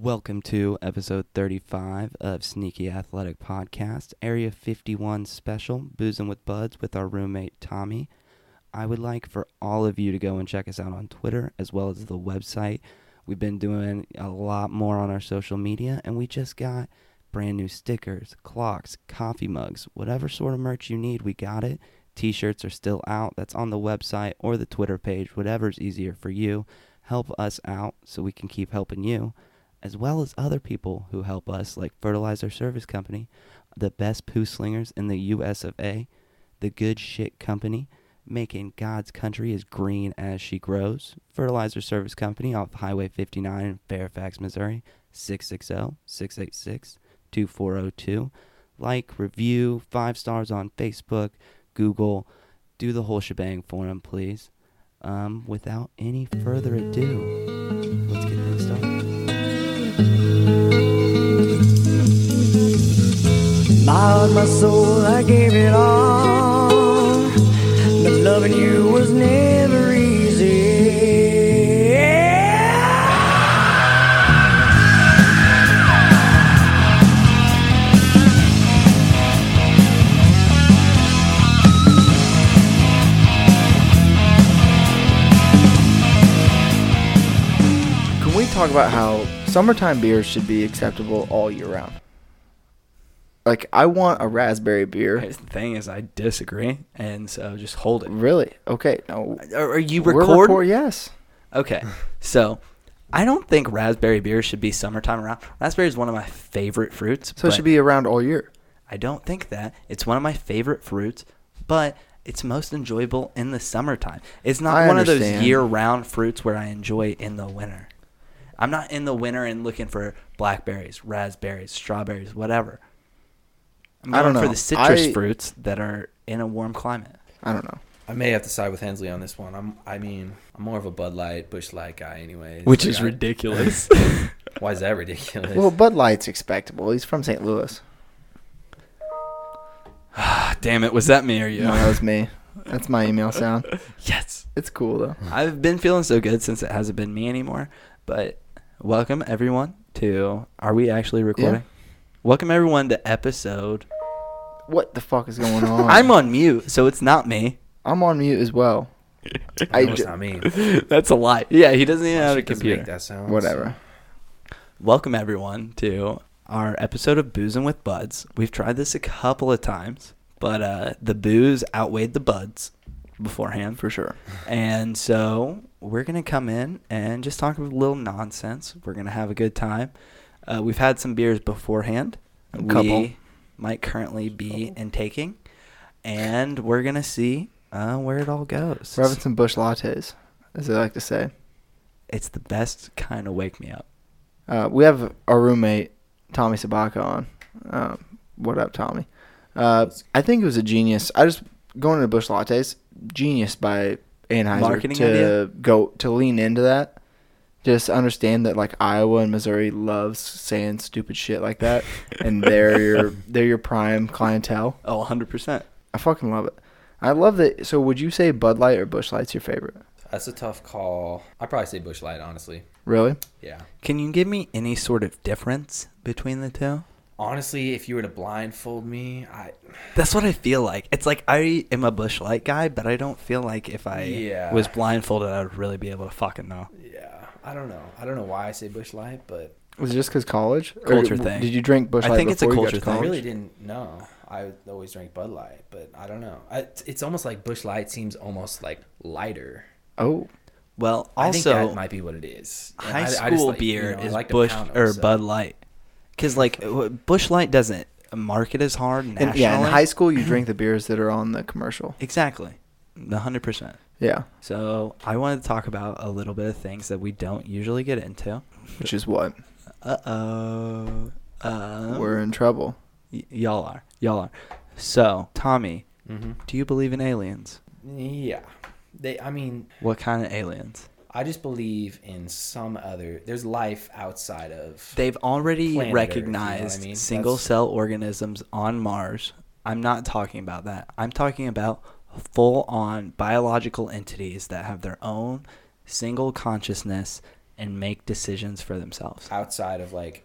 Welcome to episode 35 of Sneaky Athletic Podcast, Area 51 special, Boozing with Buds with our roommate Tommy. I would like for all of you to go and check us out on Twitter as well as the website. We've been doing a lot more on our social media, and we just got brand new stickers, clocks, coffee mugs, whatever sort of merch you need, we got it. T shirts are still out. That's on the website or the Twitter page, whatever's easier for you. Help us out so we can keep helping you, as well as other people who help us, like Fertilizer Service Company, the best poo slingers in the US of A, the Good Shit Company, making God's country as green as she grows, Fertilizer Service Company off Highway 59 in Fairfax, Missouri, oh, 660 686 2402. Like, review, five stars on Facebook, Google, do the whole shebang for him, please. Um, without any further ado, let's get things started. My heart, my soul, I gave it all. But loving you was never easy. Can we talk about how summertime beers should be acceptable all year round? Like, I want a raspberry beer. Here's the thing is I disagree, and so just hold it. Really? Okay. No. Are, are you We're recording? record- yes. Okay, so I don't think raspberry beer should be summertime around. Raspberry is one of my favorite fruits. So it should be around all year. I don't think that it's one of my favorite fruits, but it's most enjoyable in the summertime. It's not I one of those understand. year-round fruits where I enjoy in the winter. I'm not in the winter and looking for blackberries, raspberries, strawberries, whatever. I'm I don't going know. for the citrus I- fruits that are in a warm climate. I don't know. I may have to side with Hensley on this one. I'm, I mean, I'm more of a Bud Light, Bush Light guy, anyways. Like, I- ridiculous. Why is that ridiculous? Well, Bud Light's expectable. He's from St. Louis. Damn it, was that me or you? No, that was me. That's my email sound. Yes. It's cool, though. I've been feeling so good since it hasn't been me anymore. But welcome everyone to Are we actually recording? Welcome everyone to episode What the fuck is going on? I'm on mute, so it's not me. I'm on mute as well. I no, it's ju- not me. That's a lie. Yeah, he doesn't even have a She doesn't make computer. that sound. Whatever. Welcome everyone to our episode of Boozing with Buds. We've tried this a couple of times, but uh the booze outweighed the buds beforehand. For sure. And so we're going to come in and just talk a little nonsense. We're going to have a good time. Uh, we've had some beers beforehand. A couple. We might currently be intaking. And we're going to see uh, where it all goes. Robinson Bush lattes, as they like to say. It's the best kind of wake me up. Uh, we have our roommate Tommy Sabaka on. Um, what up, Tommy? Uh, I think it was a genius. I just going into Bush Lattes, genius by Anheuser Marketing to idea? go to lean into that. Just understand that like Iowa and Missouri loves saying stupid shit like that, and they're your they're your prime clientele. Oh, 100%. I fucking love it. I love that. So would you say Bud Light or Bush Light's your favorite? That's a tough call. I'd probably say Bush Light, honestly. Really? Yeah. Can you give me any sort of difference between the two? Honestly, if you were to blindfold me, I That's what I feel like. It's like I am a bush light guy, but I don't feel like if I Yeah. was blindfolded, I would really be able to fucking know. yeah, I don't know. I don't know why I say Bush Light, but Was it just because college? Or Culture w- thing. Did you drink Bush I Light think it's a before you got culture to thing. I college? really didn't know. I always drank Bud Light, but I don't know. I, it's almost like Bush Light seems almost like lighter. Oh. Well, I think also that might be what it is. And I- high I just school like, you beer know, I is like to Bush pound 'em, or so- Bud Light, because like w- Bush Light doesn't market as hard nationally. And, yeah, in high school you drink the beers that are on the commercial. exactly, the hundred percent. Yeah, So I wanted to talk about a little bit of things that we don't usually get into. which is what Uh oh, uh, we're in trouble. y- y'all are, y'all are. So Tommy, Mhm. do you believe in aliens? Yeah. They I mean, What kind of aliens? I just believe in some other there's life outside of They've already Planet Earth, you know what I recognized mean? single That's- cell organisms on Mars. I'm not talking about that. I'm talking about full on biological entities that have their own single consciousness and make decisions for themselves. outside of like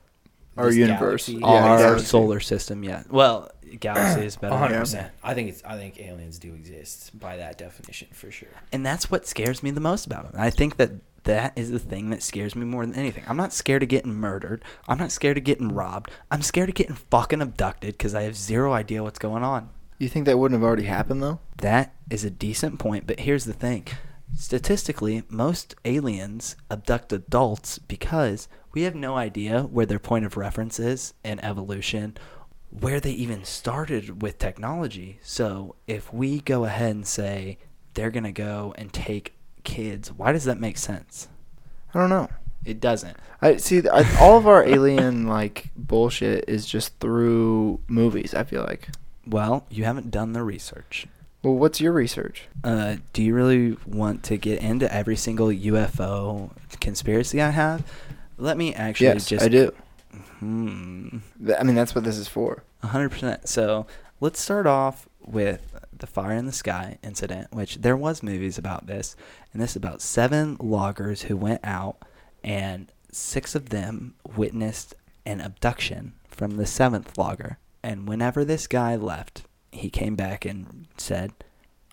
Our this universe. galaxy. Yeah, Our exactly. solar system, yeah. Well, galaxy is better. 100 percent. I think it's I think aliens do exist by that definition for sure. and that's what scares me the most about it. I think that that is the thing that scares me more than anything. I'm not scared of getting murdered. I'm not scared of getting robbed. I'm scared of getting fucking abducted because I have zero idea what's going on. You think that wouldn't have already happened though? That is a decent point, but here's the thing. Statistically, most aliens abduct adults because we have no idea where their point of reference is in evolution, where they even started with technology. So if we go ahead and say they're going to go and take kids, why does that make sense? I don't know. It doesn't. I see. th- I, all of our alien like bullshit is just through movies. I feel like. Well, you haven't done the research. Well, what's your research? Uh, do you really want to get into every single UFO conspiracy I have? Let me actually yes, just. I do. Hmm. Th- I mean, that's what this is for. 100%. So let's start off with the Fire in the Sky incident, which there was movies about this, and this is about seven loggers who went out, and six of them witnessed an abduction from the seventh logger. And whenever this guy left, he came back and said,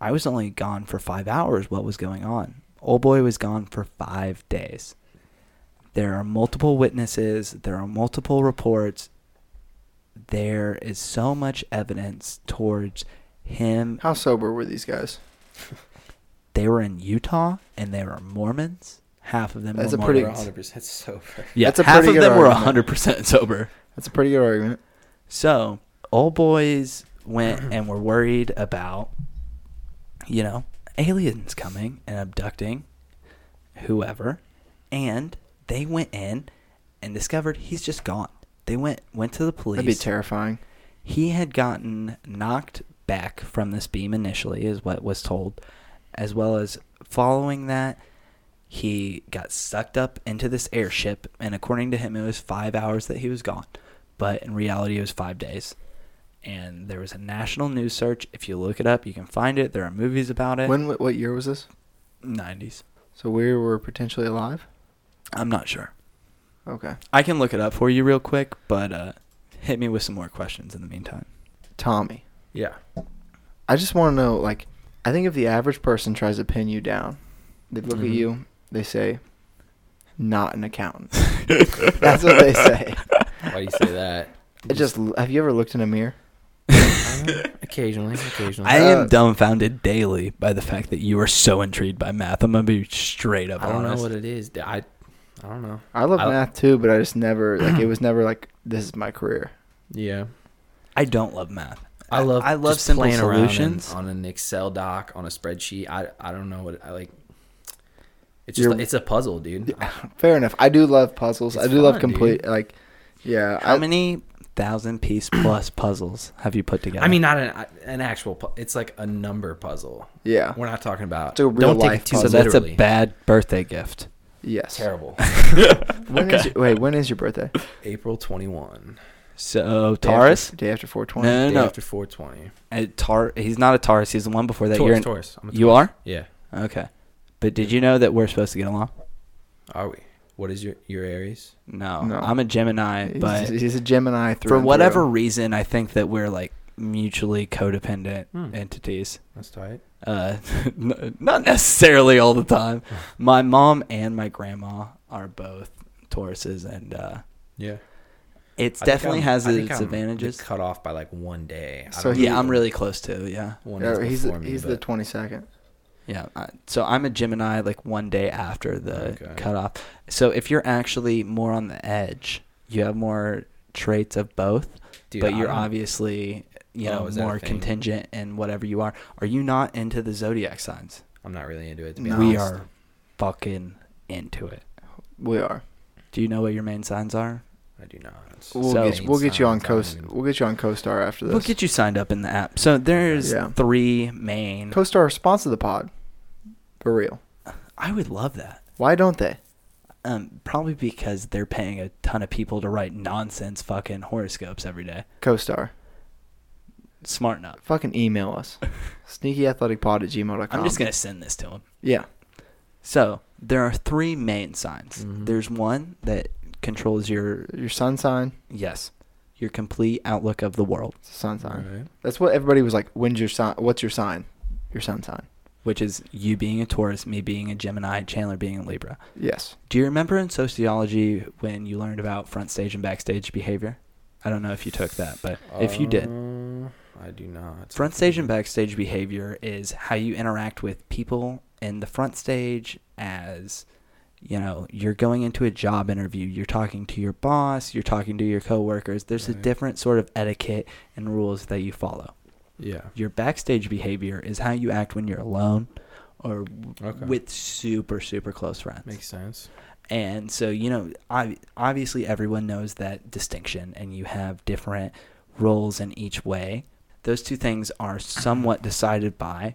I was only gone for five hours. What was going on? Old boy was gone for five days. There are multiple witnesses. There are multiple reports. There is so much evidence towards him. How sober were these guys? They were in Utah and they were Mormons. Half of them That's were a pretty- We're Mormons. 100 percent sober. yeah, that's a half pretty of good them were argument. 100% sober. That's a pretty good argument. So, old boys went and were worried about, you know, aliens coming and abducting whoever, and they went in and discovered he's just gone. They went went to the police. That'd be terrifying. He had gotten knocked back from this beam initially, is what was told, as well as following that. He got sucked up into this airship, and according to him, it was five hours that he was gone. But in reality, it was five days. And there was a national news search. If you look it up, you can find it. There are movies about it. When? wh- What year was this? 90s. So we were potentially alive. I'm not sure. Okay. I can look it up for you real quick, but uh, hit me with some more questions in the meantime. Tommy, Yeah. I just want to know. Like, I think if the average person tries to pin you down, they look Mm-hmm. at Mhm. you. They say, "Not an accountant." That's what they say. Why do you say that? It just. Have you ever looked in a mirror? Uh, occasionally, occasionally. I I, am dumbfounded daily by the fact that you are so intrigued by math. I'm gonna be straight up don't know honest. what it is. I I don't know. I love I- math too, but I just never like it was never like this is my career. Yeah. I don't love math. I love I love just simple playing around in- solutions. on an Excel doc on a spreadsheet. I I don't know what I like. It's just You're- like- it's a puzzle, dude. Fair enough. I do love puzzles. I It's do love fun, complete like yeah. How I, many thousand piece plus puzzles have you put together? I mean, not an an actual. Pu- it's like a number puzzle. yeah. We're not talking about. It's a real don't take life it too so puzzle. that's a literally. bad birthday gift. Yes. terrible. When is your, wait, when is your birthday? April twenty one, So Day after- Taurus. Day after 420. No, day no, no. after four twenty. Uh, Tar- he's not a Taurus. He's the one before that. You're Taurus, an- Taurus. I'm a you Taurus. are Yeah. okay. But did you know that we're supposed to get along? Are we? What is your your Aries? No, No. I'm a Gemini, He's- but he's, a Gemini through for and whatever through. reason, I think that we're like mutually codependent Hmm. entities. That's tight. uh, n- not necessarily all the time. My mom and my grandma are both Tauruses, and uh, Yeah. it I think definitely I'm- has I think its I'm advantages. Cut off by like one day. I So don't he- know Yeah, I'm if really close to. Yeah, One Yeah, is he's before the, me, he's the but- 22nd. yeah. I- So I'm a Gemini, like one day after the Okay. cutoff. So if you're actually more on the edge, you have more traits of both, Dude, but I you're don't- obviously you Oh, know is that a more thing? contingent in whatever you are. Are you not into the zodiac signs? I'm not really into it. To be No. honest. We are fucking into it. We are. Do you know what your main signs are? I do not. We'll, So- get, we'll get you on Signs, I don't Coast. even- We'll get you on CoStar after this. We'll get you signed up in the app. So there's Yeah. three main. CoStar sponsor the pod. For real. I would love that. Why don't they? Um, probably because they're paying a ton of people to write nonsense fucking horoscopes every day. CoStar. Smart enough. Fucking email us. Sneakyathleticpod at gmail.com. I'm just gonna send this to them. Yeah. So there are three main signs. Mm-hmm. Mhm. There's one that controls your Your sun sign. yes, your complete outlook of the world, It's a sun sign. Alright. That's what everybody was like. When's your sign? What's your sign? Your sun sign. which is you being a Taurus, me being a Gemini, Chandler being a Libra. Yes. Do you remember in sociology when you learned about front stage and backstage behavior? I don't know if you took that, but if you did, Uh, I do not. front stage and backstage behavior is how you interact with people in the front stage as you know, you're going into a job interview, you're talking to your boss, you're talking to your coworkers. There's a Right. different sort of etiquette and rules that you follow. Yeah. Your backstage behavior is how you act when you're alone or w- Okay. with super super close friends. Makes sense. And so, you know, ob- obviously everyone knows that distinction and you have different roles in each way. Those two things are somewhat decided by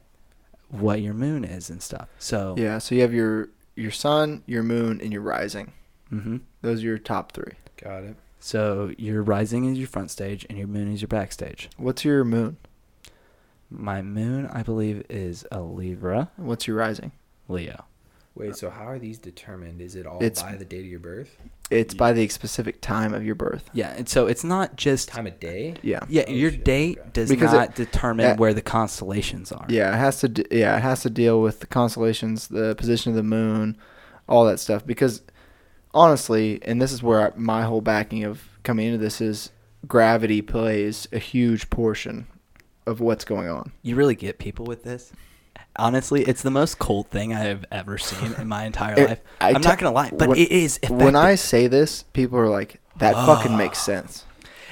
what your moon is and stuff. So, Yeah. So you have your your sun, your moon, and your rising. mhm. Those are your top three. Got it. so your rising is your front stage and your moon is your backstage. What's your moon? My moon, I believe, is a Libra, And What's your rising? Leo. Wait, so how are these determined? Is it all It's- by the date of your birth? It's by the specific time of your birth. Yeah. And so it's not just, Time of day? Yeah. yeah, Oh, your shit, date okay. does Because it- not determine that- where the constellations are. Yeah, it has to. d yeah, it has to deal with the constellations, the position of the moon, all that stuff. Because honestly, and this is where I, my whole backing of coming into this is gravity plays a huge portion of what's going on. You really get people with this. Honestly, it's the most cold thing I have ever seen in my entire It- life. I I'm not te- gonna lie, but when- it is. When I effective. say this, people are like, "That fucking makes sense."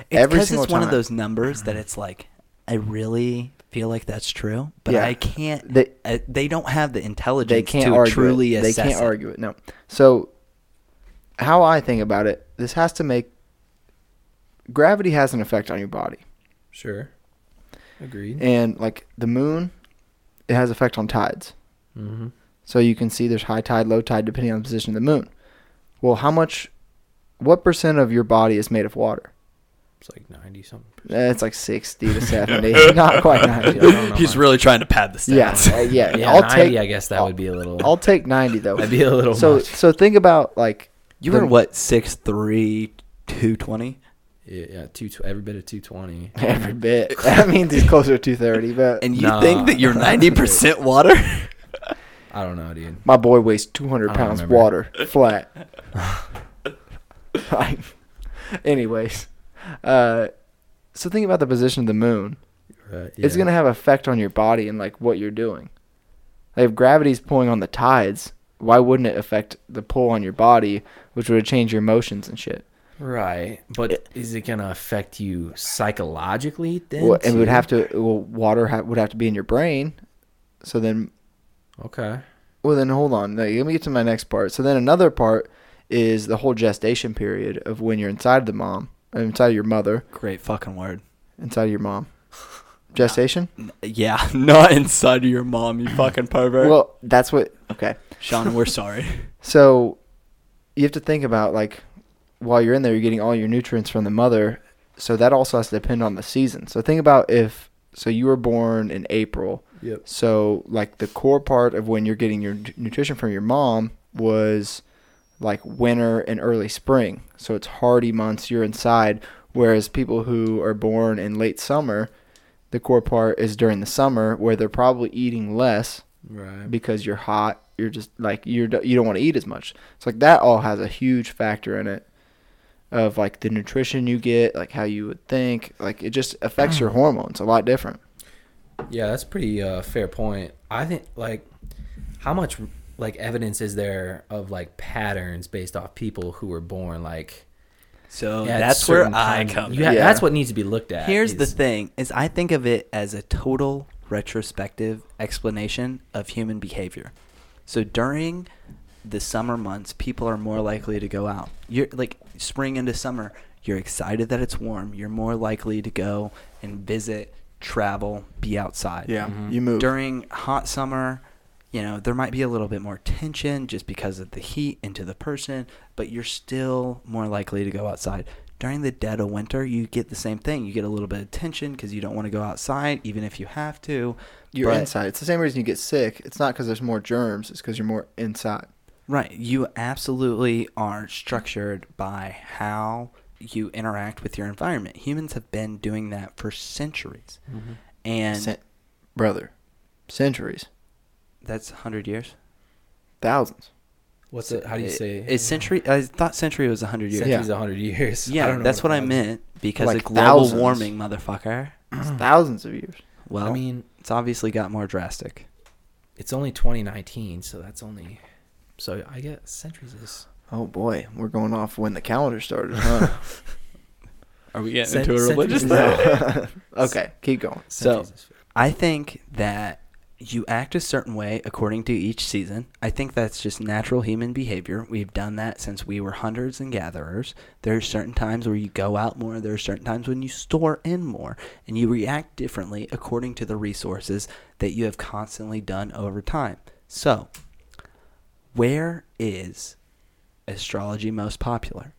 it's every 'cause single it's one of time- those numbers that it's like, I really feel like that's true, but Yeah. I can't. They- They, they don't have the intelligence They can't to argue. truly it. They assess can't it. argue it. No. So, how I think about it, this has to make gravity has an effect on your body. Sure. Agreed. and like the moon it has effect on tides mm-hmm. so you can see there's high tide low tide depending on the position of the moon well how much what percent of your body is made of water It's like 90 something. Uh, it's like 60 to 70 not quite 90 don't know much. really trying to pad the yeah, uh, yeah Yeah, i'll 90, take I guess that would be a little. i'll take 90 though that'd be a little so much. so think about like You the- were what six three, two twenty. Yeah, yeah two, tw- every bit of 220. every bit that means he's closer to 230 but and you Nah. think that you're ninety percent water? I don't know, dude. my boy weighs 200 I don't pounds remember. water flat Like, anyways uh so think about the position of the moon Right, it's yeah. going to have effect on your body and like what you're doing like if gravity's pulling on the tides why wouldn't it affect the pull on your body which would change your motions and shit Right. But is it going to affect you psychologically then? well, and it would too? have to well, water ha- would have to be in your brain so then Okay. Well, then hold on. Like, let me get to my next part. So then another part is the whole gestation period of when you're inside the mom, uh, inside your mother, Great fucking word. inside your mom. Gestation. Yeah, not inside of your mom, you fucking pervert. Well, that's what. Okay. Sean, we're sorry. So you have to think about like while you're in there, you're getting all your nutrients from the mother. So that also has to depend on the season. So think about if so you were born in April. Yep. So like the core part of when you're getting your nu- nutrition from your mom was like winter and early spring. So it's hardy months. You're inside. Whereas people who are born in late summer, the core part is during the summer where they're probably eating less Right. because you're hot. You're just like you're you don't want to eat as much. It's like that all has a huge factor in it of like the nutrition you get, like how you would think, like it just affects your hormones a lot different. Yeah, that's pretty uh, fair point. I think like how much like evidence is there of like patterns based off people who were born like So at that's where certain I times? come. You ha- Yeah. That's what needs to be looked at. Here's the is- thing: is I think of it as a total retrospective explanation of human behavior. So during the summer months, people are more likely to go out. You're like spring into summer. You're excited that it's warm. You're more likely to go and visit, travel, be outside. Mm-hmm. you move. during hot summer, you know, there might be a little bit more tension just because of the heat into the person, but you're still more likely to go outside. During the dead of winter, you get the same thing. You get a little bit of tension because you don't want to go outside, even if you have to. you're but- inside. It's the same reason you get sick. It's not because there's more germs. It's because you're more inside. Right. You absolutely are structured by how you interact with your environment. Humans have been doing that for centuries. Mm-hmm. And Cen- brother, centuries, that's 100 years. thousands. What's it? How do you I- say? Is century I thought century was 100 years. Century's Yeah, a hundred years. that's what I that is. meant because Like of global thousands. warming, motherfucker. It's thousands of years. Well, I mean, it's obviously got more drastic. it's only 2019, so that's only. So I guess centuries is. Oh boy, we're going off when the calendar started, huh? Are we getting into a religious No. okay, keep going. So- centuries is- I think that you act a certain way according to each season. I think that's just natural human behavior. We've done that since we were hunters and gatherers. There are certain times where you go out more, there are certain times when you store in more, and you react differently according to the resources that you have constantly done over time. So, where is astrology most popular?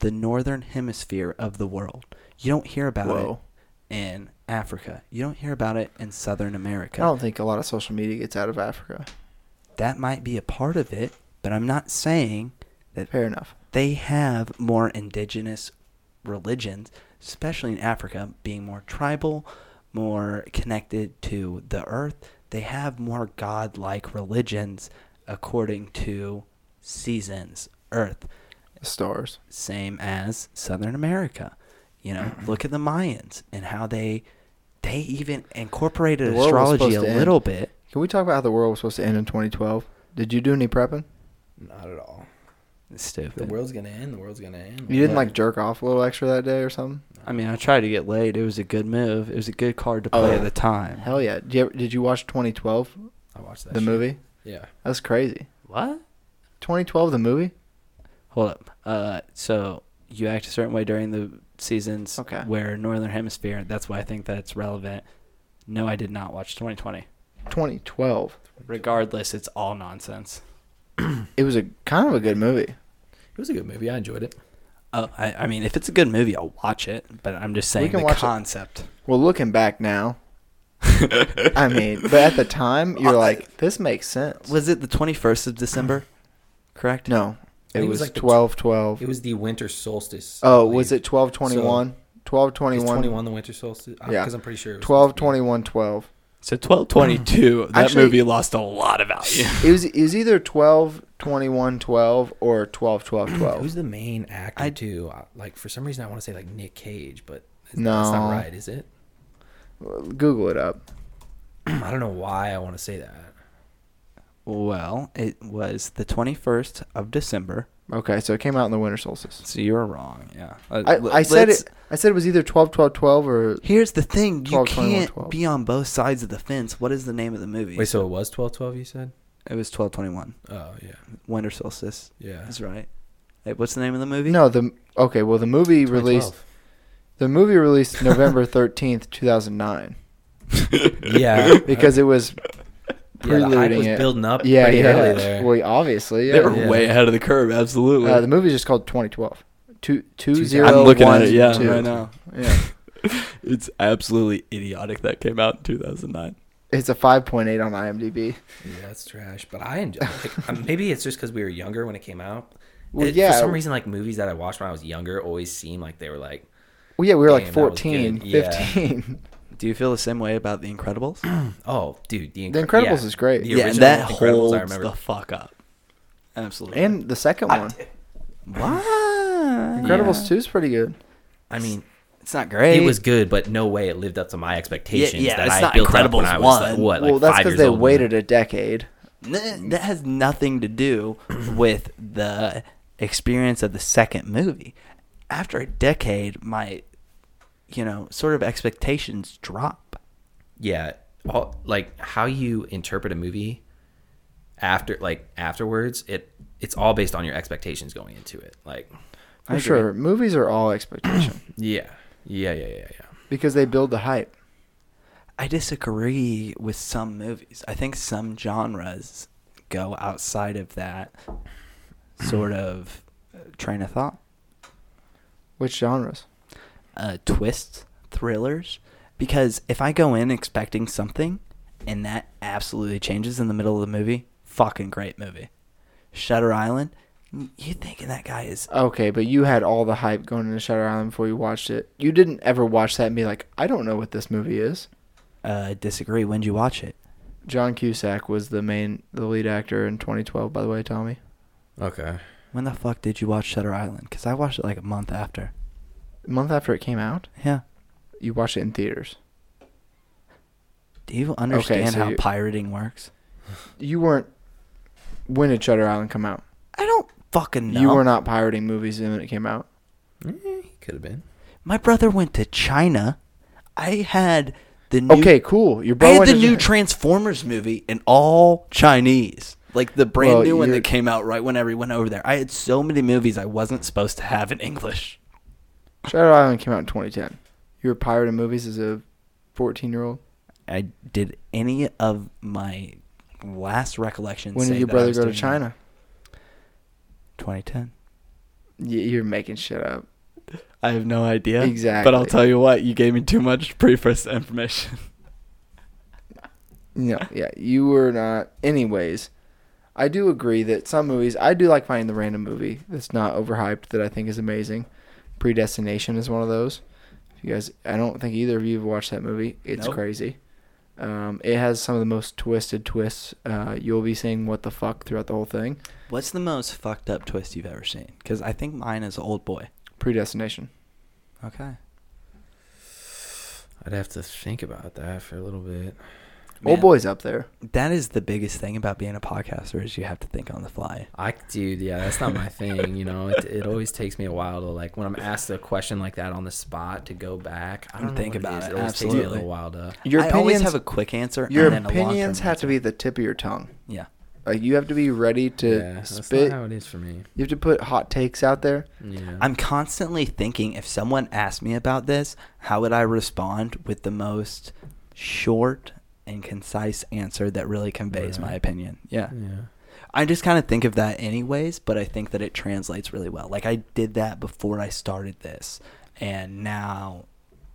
The northern hemisphere of the world. You don't hear about it Whoa. in Africa. You don't hear about it in Southern America. I don't think a lot of social media gets out of Africa. That might be a part of it, but I'm not saying that Fair enough. they have more indigenous religions, especially in Africa, being more tribal, more connected to the earth. They have more godlike religions according to seasons, earth, The stars. same as Southern America. You know, Mm-hmm. look at the Mayans and how they they even incorporated The world was astrology supposed a to end. little bit. Can we talk about how the world was supposed to end in 2012? Did you do any prepping? Not at all. The Stupid. world's gonna end. The world's gonna end. You didn't What? like jerk off a little extra that day or something? I mean, I tried to get laid. It was a good move. It was a good card to play Oh. at the time. Hell yeah. Did you, ever, did you watch 2012, I watched that. the shit. movie? Yeah. That's crazy. What? 2012, the movie? Hold up. Uh, so you act a certain way during the seasons Okay. where Northern Hemisphere. That's why I think that's relevant. No, I did not watch 2020. 2012. Regardless, it's all nonsense. It was a kind of a good movie. It was a good movie. I enjoyed it. Oh, I, I mean, if it's a good movie, I'll watch it. But I'm just saying can the watch it. concept. Well, looking back now, I mean, but at the time, you're like, this makes sense. Was it the 21st of December? Correct. No, I it think it was was like the tw- 12 12. It was the winter solstice. I Oh, was believe. it 12 21? 12 Is 21. 21 the winter solstice? Yeah. Because uh, I'm pretty sure. It was 12 supposed to 21 12. So 1222. that Mm. Actually- movie lost a lot of value. It was, it was either 12 21 12 or 12 12 be. 12. Who's the main actor? I- I do. Like for some reason, I want to say like Nick Cage, but that's No. not right, is it? Google it up. I don't know why I want to say that. Well, it was the 21st of December. Okay, so it came out in the winter solstice. So you were wrong. Yeah. Uh, I, l- I said let's- it. I said it was either 12 12 12 or Here's the thing. You 12, 21, can't 12. be on both sides of the fence. What is the name of the movie? Wait, so it was 12 12, you said? it was 1221. Oh, yeah. Winter Solstice. Yeah. That's right. Hey, what's the name of the movie? no. The okay. Well, the movie released. The movie released November 13th, 2009, yeah. because it was yeah, the hype preluding was it. building up yeah pretty yeah. early there. Well, obviously, They yeah. were Yeah. way ahead of the curve. Absolutely. Uh, the movie's just called 2012. Two, two I'm zero I'm looking one at it. Yeah, two. right now. Yeah. It's absolutely idiotic that came out in 2009. It's a 5.8 on IMDb. yeah, that's trash. But I enjoy like, um, Maybe it's just because we were younger when it came out. Well, It- yeah. For some reason, like movies that I watched when I was younger always seemed like they were like, Well, yeah, we were like Damn, that was 14, good. Yeah. 15. Do you feel the same way about The Incredibles? oh, dude, The, The Incre- Incredibles yeah. is great. The yeah, and original that Incredibles, I holds remember. the fuck up. Absolutely. And the second one, What? Incredibles 2 is pretty good. I mean, It's not great. it was good, but no way it lived up to my expectations yeah, that it's I not built up when Incredibles I was like, one. what, like well, that's five because years they old. waited a decade. N- that has nothing to do with the experience of the second movie. After a decade, my you know sort of expectations drop. yeah all, like how you interpret a movie after like afterwards it it's all based on your expectations going into it like For sure. Movies are all expectation yeah yeah yeah yeah yeah because they build the hype. I disagree with some movies. I think some genres go outside of that sort of uh, train of thought. Which genres? uh, twists, thrillers, because if I go in expecting something and that absolutely changes in the middle of the movie, fucking great movie. Shutter Island, you're thinking that guy is Okay, but you had all the hype going into Shutter Island before you watched it. You didn't ever watch that and be like, I don't know what this movie is. uh, disagree. When'd you watch it? John Cusack was the main, the lead actor in 2012. By the way, Tommy. Okay. When the fuck did you watch Shutter Island? Because I watched it like a month after. A month after it came out, Yeah. you watched it in theaters. Do you understand so how you- pirating works? You weren't. When did Shutter Island come out? I don't fucking know. You were not pirating movies when it came out. Eh, he could have been. My brother went to China. I had the new Okay, cool. Your I brother had went the to new Japan. Transformers movie in all Chinese. Like the brand Well, new one you're- that came out right when everyone over there. I had so many movies I wasn't supposed to have in English. Shutter Island came out in 2010. You were pirating movies as a 14 year old. I did any of my last recollections. When did say your that I brother was go to doing that? China? 2010. Y- You're making shit up. I have no idea. Exactly. But I'll tell you what, you gave me too much preface information. No, yeah, you were not. Anyways, I do agree that some movies I do like finding the random movie that's not overhyped that I think is amazing. Predestination is one of those. If you guys, I don't think either of you have watched that movie. It's Nope. crazy. Um, it has some of the most twisted twists. Uh, you'll be saying "what the fuck" throughout the whole thing. What's the most fucked up twist you've ever seen? Because I think mine is Old Boy. Predestination. Okay. I'd have to think about that for a little bit. Man. Old boy's up there. That is the biggest thing about being a podcaster is you have to think on the fly. I, dude, yeah, that's not my thing. You know, it, it always takes me a while to like when I'm asked a question like that on the spot to go back. I And don't know think what about it. Is. it, It always takes me a absolutely. little while to. Your I opinions always have a quick answer. your and then a long-term opinions have to answer. be the tip of your tongue. Yeah. Like you have to be ready to yeah, that's not spit. how it is for me. You have to put hot takes out there. Yeah. I'm constantly thinking if someone asked me about this, how would I respond with the most short and concise answer that really conveys Right. my opinion? Yeah. yeah. I just kind of think of that anyways, but I think that it translates really well. Like I did that before I started this, and now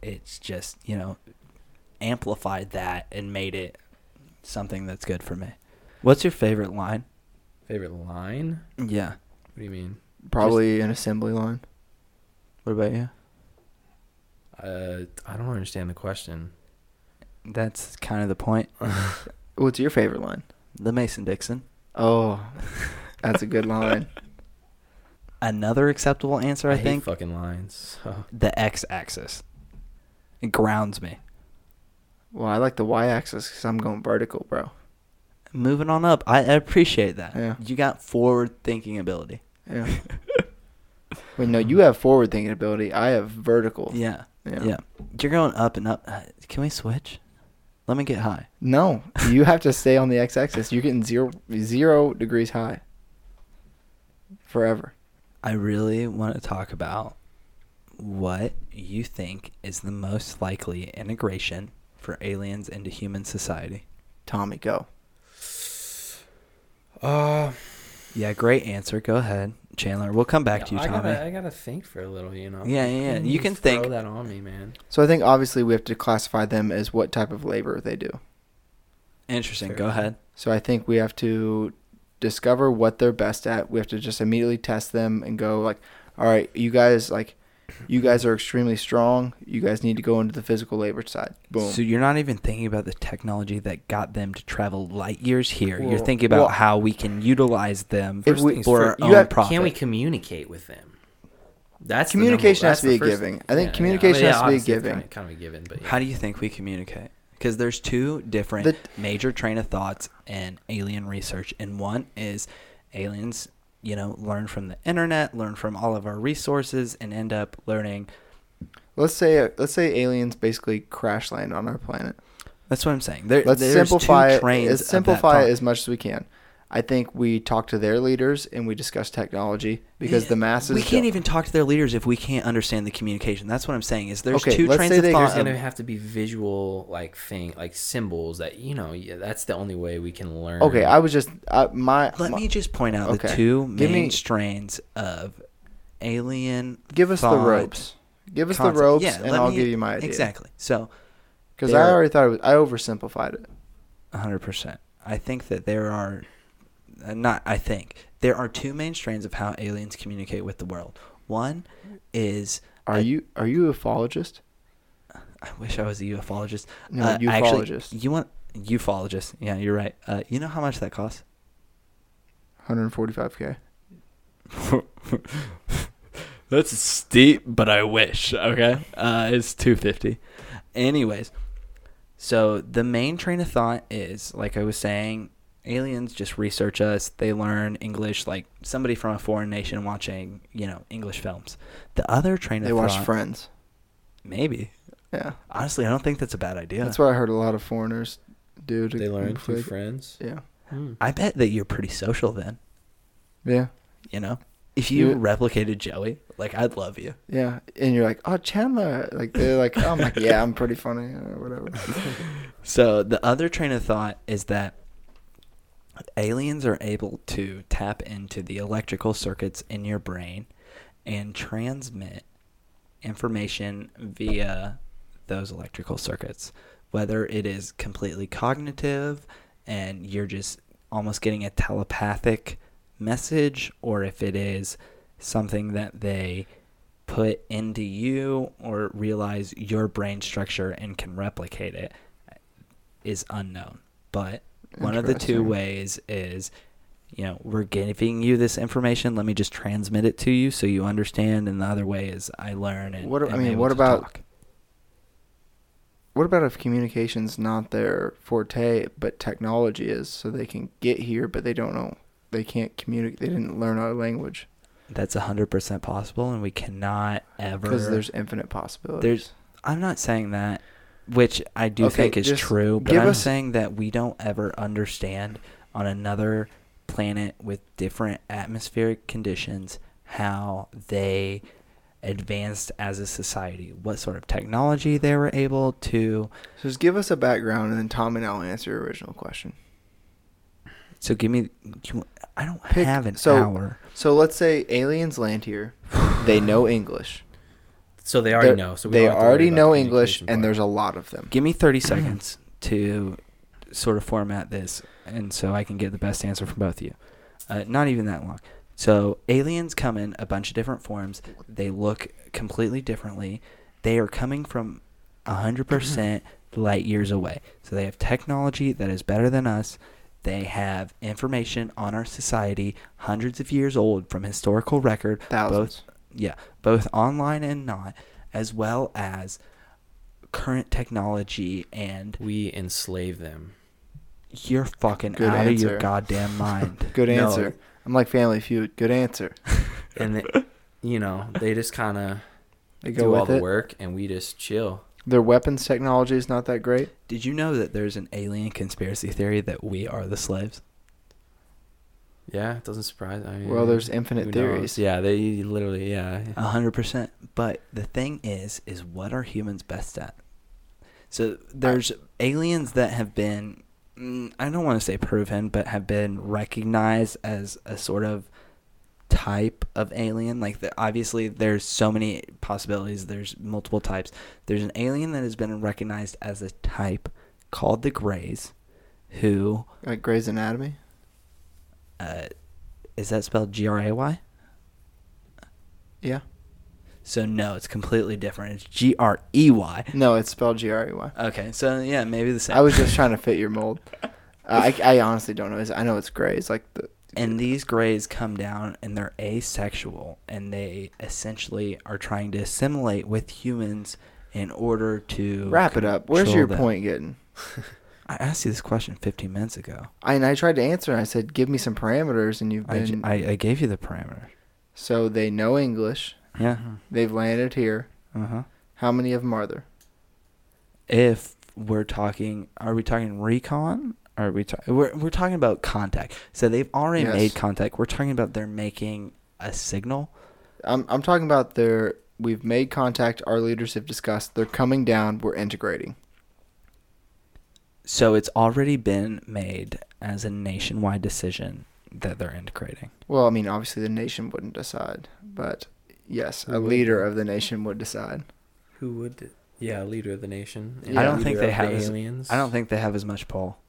it's just, you know, amplified that and made it something that's good for me. What's your favorite line? Favorite line? Yeah. What do you mean? Probably an assembly line. What about you? Uh, I don't understand the question. That's kind of the point. What's your favorite line? The Mason Dixon. Oh, that's a good line. Another acceptable answer, I, I, hate think. fucking lines. So. the X axis. It grounds me. Well, I like the y-axis because I'm going vertical, bro. Moving on up. I I appreciate that. Yeah. You got forward thinking ability. Yeah. Wait, no, you have forward-thinking ability. I have vertical. Yeah. Uh-huh. Yeah. Yeah. You're going up and up. Uh, can we switch? Let me get high. No, you have to stay on the x-axis. You're getting zero zero degrees high. Forever. I really want to talk about what you think is the most likely integration for aliens into human society. Tommy, go. Uh, Yeah, great answer. Go ahead, Chandler. We'll come back to you, I Tommy. gotta, I gotta think for a little, you know. Yeah, yeah, yeah. You can throw think. that on me, man. So I think obviously we have to classify them as what type of labor they do. Interesting. Fair. Go ahead. So I think we have to discover what they're best at. We have to just immediately test them and go like, all right, you guys like, you guys are extremely strong. You guys need to go into the physical labor side. Boom. So you're not even thinking about the technology that got them to travel light years here. Well- you're thinking about well- how we can utilize them If we- things for our first, own you have- profit. Can we communicate with them? That's the number- Communication has that's to be the a first giving. thing. I think Yeah, yeah. communication has to be a obviously it's giving. Kind of, kind of a given, but yeah. How do you think we communicate? Because there's two different The- major train of thoughts in alien research, and one is aliens, you know, learn from the internet, learn from all of our resources, and end up learning. let's say let's say aliens basically crash land on our planet. That's what I'm saying. There, Let's there's simplify two it. trains. Let's of that simplify thought. it as much as we can. I think we talk to their leaders and we discuss technology because the masses. We can't don't- even talk to their leaders if we can't understand the communication. That's what I'm saying. Is there's Okay, two let's trains say of they- thought. there's gonna have to be visual like thing like symbols that you know yeah, that's the only way we can learn Okay, I was just I, my. Let my- me just point out the Okay. two Give main me- strains of alien. give us the thought ropes. Give us concept. the ropes, Yeah, and let I'll me- give you my idea. Exactly. So, Because There- I already thought it was, I oversimplified it. 100%. I think that there are uh, not I think there are two main strains of how aliens communicate with the world. One is Are I- you are you a ufologist? I wish I was a ufologist. No, Uh, I actually- ufologist. you want ufologist? Yeah, you're right. Uh, you know how much that costs? 145k. That's steep, but I wish. Okay, uh, it's two fifty. Anyways, so the main train of thought is like I was saying, aliens just research us. They learn English like somebody from a foreign nation watching you know English films. The other train They of watch thought, Friends. maybe. Yeah. Honestly, I don't think that's a bad idea. That's what I heard a lot of foreigners do. To They learn through flick- friends. Yeah. I bet that you're pretty social then. Yeah. You know, if you Yeah. replicated Joey, like I'd love you. Yeah. And you're like, oh, Chandler. Like, they're like, oh, I'm like, yeah, I'm pretty funny. Uh, whatever. So the other train of thought is that aliens are able to tap into the electrical circuits in your brain and transmit information via those electrical circuits, whether it is completely cognitive and you're just almost getting a telepathic message, or if it is something that they put into you or realize your brain structure and can replicate it is unknown. But one of the two Interesting. ways is you know, we're giving you this information. Let me just transmit it to you so you understand. And the other way is I learn. And What a- I am mean, able what to about- talk. What about if communication's not their forte, but technology is, so they can get here, but they don't know, they can't communicate, they didn't learn our language That's hundred percent possible, and we cannot ever. because there's infinite possibilities. I'm not saying that, which I do Okay, think is just true, but give I'm us- saying that we don't ever understand on another planet with different atmospheric conditions how they advanced as a society, what sort of technology they were able to. so just give us a background, and then Tom and I'll answer your original question. So give me. You, I don't Pick- have an so- hour. So let's say aliens land here, they know English, So they already They're- know. So we they don't have to worry already about know the English, communication and part. there's a lot of them. Give me 30 seconds to sort of format this, and so I can get the best answer from both of you. Uh, not even that long. So, aliens come in a bunch of different forms. They look completely differently. They are coming from 100% light years away. So, they have technology that is better than us. They have information on our society, hundreds of years old from historical record, Thousands. yeah, both online and not, as well as current technology and we enslave them. you're fucking Good out of your answer. goddamn mind. Good No. answer. I'm like Family Feud. Good answer. and they, you know they just kind of They go do all with the it. work and we just chill Their weapons technology is not that great. Did you know that there's an alien conspiracy theory that we are the slaves? yeah it doesn't surprise I mean, Well, there's who infinite knows? theories. yeah they literally yeah A hundred percent. But the thing is, is what are humans best at? So there's aliens that have been, mm, I don't want to say proven, but have been recognized as a sort of type of alien. Like the, obviously, there's so many possibilities. There's multiple types. There's an alien that has been recognized as a type called the Greys, who Like Grey's Anatomy. uh, is that spelled G R A Y? Yeah. So no, it's completely different. It's G R E Y. No, it's spelled G R E Y. Okay, so yeah, maybe the same. I was just trying to fit your mold. Uh, I, I honestly don't know. It's- I know it's gray. It's like the and these grays come down and they're asexual and they essentially are trying to assimilate with humans in order to wrap it up. Where's your control them. point getting? I asked you this question 15 minutes ago. I, and I tried to answer. and I said, give me some parameters, and you've I, j- been I, I gave you the parameter. so they know English. Yeah. They've landed here. Uh Uh-huh. huh. How many of them are there? If we're talking, are we talking recon? Are we talking? We're we're talking about contact. So they've already Yes. made contact. We're talking about they're making a signal. I'm I'm talking about their. We've made contact. Our leaders have discussed. They're coming down. We're integrating. So it's already been made as a nationwide decision that they're integrating. Well, I mean, obviously the nation wouldn't decide, but yes, a Who would? leader of the nation would decide. who would yeah leader of the nation I don't leader think of they the have as- aliens I don't think they have as much pull.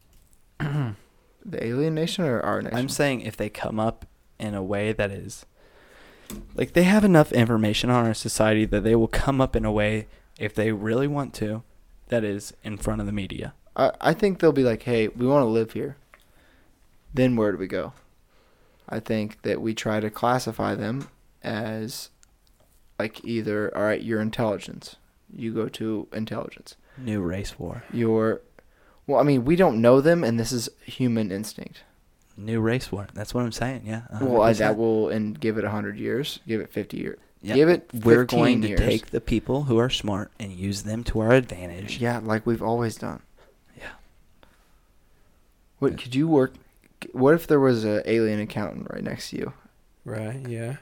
The alien nation or our nation? I'm saying if they come up in a way that is like they have enough information on our society that they will come up in a way if they really want to that is in front of the media. I, I think they'll be like, hey, we want to live here. Then where do we go? I think that we try to classify them as like either, all right, you're intelligence. You go to intelligence. New race war. You're, well, I mean, we don't know them, and this is human instinct. New race war. That's what I'm saying. Yeah. a hundred Well, I, percent. that will, and give it 100 years, give it 50 years. Yeah. Give it We're going 15 to years. take the people who are smart and use them to our advantage. Yeah, like we've always done. Yeah. What could you work? What if there was an alien accountant right next to you, Right. Yeah.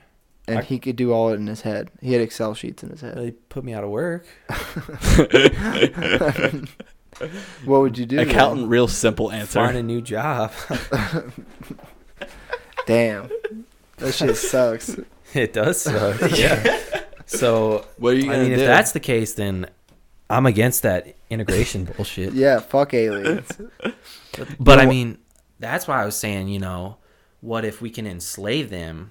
and I- he could do all it in his head? He had Excel sheets in his head. They put me out of work. what would you do? then? Accountant, real simple answer. Find a new job. Damn, that shit sucks. it does suck. yeah. So What are you I gonna mean, do? if that's the case, then I'm against that integration bullshit. Yeah, fuck aliens. But I No, mean, that's why I was saying, you know, what if we can enslave them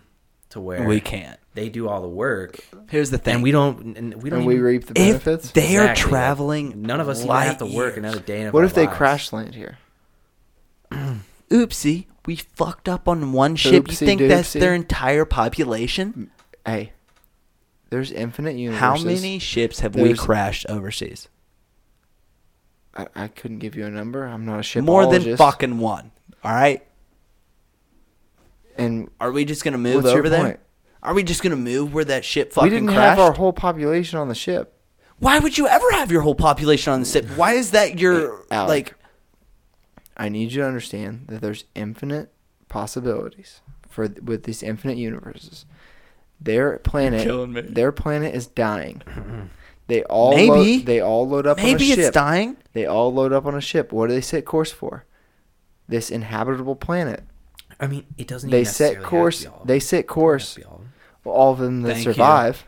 to where we can't. they do all the work Here's the thing. and we don't and we don't and we even- reap the if benefits. they are Exactly. traveling, none of us even have to light work years. another day. Of what our if they lives. crash land here? Oopsie, we fucked up on one ship. you Oopsie think that's doopsie. their entire population? Hey, there's infinite universes. How many ships have we There's- crashed overseas? I, I couldn't give you a number. I'm not a ship. More than fucking one. All right. And Are we just gonna move What's your over there? point? Are we just gonna move where that ship we fucking didn't crashed? have our whole population on the ship. Why would you ever have your whole population on the ship? Why is that your Alec. like? I need you to understand that there's infinite possibilities for with these infinite universes. Their killing me. planet, their planet is dying. They all Maybe. load, they all load up on a Maybe ship. it's dying. They all load up on a ship. What do they set course for? This inhabitable planet. I mean, it doesn't. They even set necessarily have to course. be all- They set have to course. be all of them. All of them that Thank you. survive.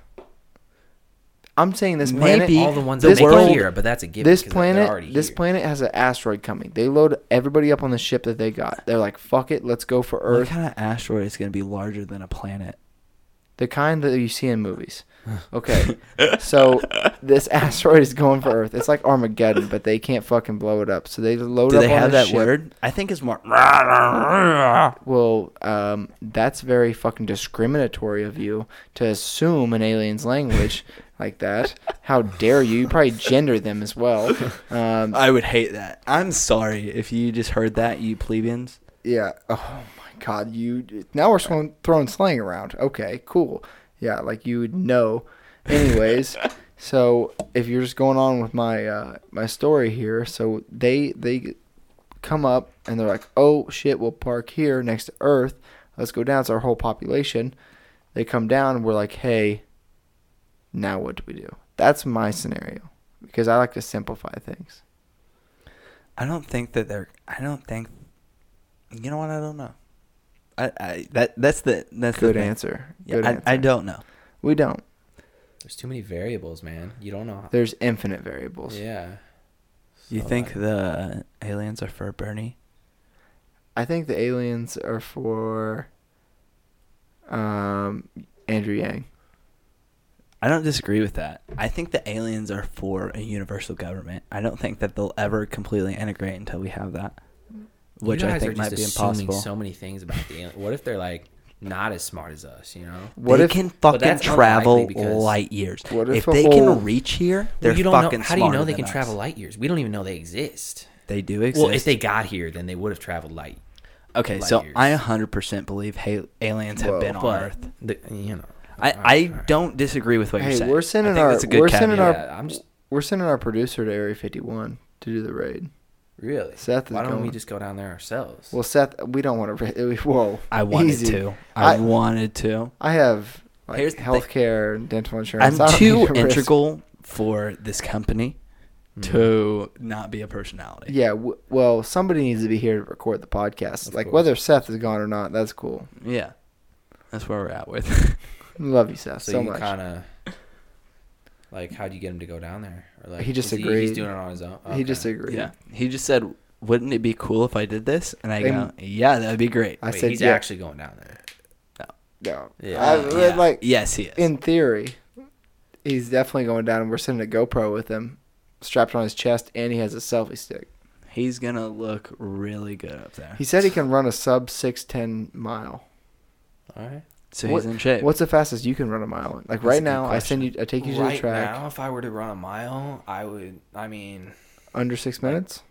I'm saying this planet. Maybe All the ones This that make world- it here, but that's a given. this 'cause they're planet already this here. planet has an asteroid coming. They load everybody up on the ship that they got. They're like, fuck it, let's go for What Earth. kind of asteroid is gonna be larger than a planet? The kind that you see in movies. Okay. so this asteroid is going for Earth. It's like Armageddon, but they can't fucking blow it up. So they load Do up they on have the that ship. Um, word? I think it's more. Well, um, that's very fucking discriminatory of you to assume an alien's language like that. How dare you? You probably gender them as well. Um, I would hate that. I'm sorry if you just heard that, you plebeians. Yeah. Oh my God. You now we're throwing, throwing slang around. Okay. Cool. Yeah. Like you would know. Anyways, so if you're just going on with my uh, my story here, so they they come up and they're like, oh shit, we'll park here next to Earth. Let's go down. It's our whole population. They come down and we're like, hey, now what do we do? That's my scenario because I like to simplify things. I don't think that they're. I don't think. You know what? I don't know. I, I that that's the that's the Good thing. answer. Yeah, Good I, answer. I don't know. We don't. There's too many variables, man. You don't know. There's infinite variables. Yeah. You So, think uh, the aliens are for Bernie? I think the aliens are for um Andrew Yang. I don't disagree with that. I think the aliens are for a universal government. I don't think that they'll ever completely integrate until we have that, Mm. you which I guys think are just might be assuming impossible. So many things about the alien. What if they're like not as smart as us? You know. What they if can But fucking that's travel unlikely because- light years. What if if a they whole- can reach here, they're Well, you don't know, fucking how do you know smarter they than can us. travel light years? We don't even know they exist. They do exist. Well, if they got here, then they would have traveled light. okay, light so years. I 100% believe ha- aliens have Whoa. been on But Earth. the, you know, I, all I right, all right. don't disagree with what Hey, you're saying. we're sending I think our- that's a good we're sending caveat. our- Yeah, I'm just we're sending our producer to Area 51 to do the raid? really. Seth is Why don't we going- just go down there ourselves? Well, Seth, we don't want to raid. Whoa, I wanted Easy. to. I, I- wanted to. I have like Here's the thing. healthcare and dental insurance. I'm I don't too need to risk- integral for this company Hmm. to not be a personality. Yeah, w- well, somebody needs to be here to record the podcast. Of like course. whether Seth is gone or not, that's cool. Yeah. That's where we're at with. Love you, Seth, so, so, you much. kind of like how do you get him to go down there? Or like He just is he's agreed. doing it on his own. He Okay. just agreed. yeah. He just said wouldn't it be cool if I did this? And I And- go, yeah, that would be great. I Wait, said he's yeah. actually going down there. No. Yeah. I- Uh, Yeah. Like yes, he is. in theory, he's definitely going down, and we're sending a GoPro with him, strapped on his chest, and he has a selfie stick. He's gonna look really good up there. He said he can run a sub six ten mile. All right. so what- he's in shape. What's the fastest you can run a mile? in? Like That's a right good now, I send you, I take you to right the track now, if I were to run a mile, I would. I mean, under six minutes.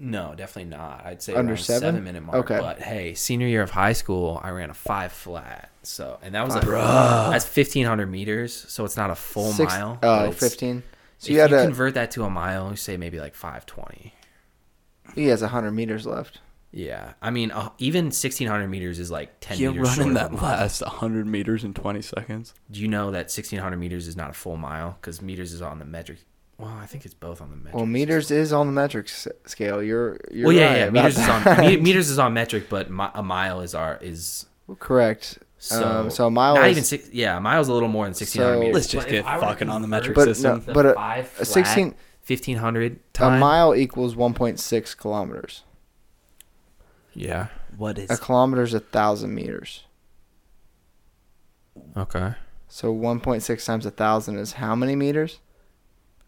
no, definitely not. I'd say Under around seven? seven minute mark. Okay. But hey, senior year of high school, I ran a five flat. So and that was a Bruh. that's fifteen hundred meters. So it's not a full Six- mile. but Oh, it's- 15. So if you had a convert that to a mile, you say maybe like five twenty. he has hundred meters left. Yeah, I mean, uh, even sixteen hundred meters is like ten. You're meters short running of that a mile. last 100 meters in 20 seconds. Do you know that sixteen hundred meters is not a full mile because meters is on the metric? Well, I think it's both on the metric. Well, system. meters is on the metric s- scale. You're you're well, yeah, right yeah. about Meters is on that. me, meters is on metric, but mi- a mile is our is correct. so. um, so a mile not is- even six. Yeah, a mile's a little more than sixteen So- hundred meters. Let's just But get if I were to fucking on the metric convert But system. the no, but a- five a flat, 16 1500 A time. mile equals 1.6 kilometers. Yeah. What A is kilometer is a thousand meters. Okay. So 1.6 times a thousand is how many meters?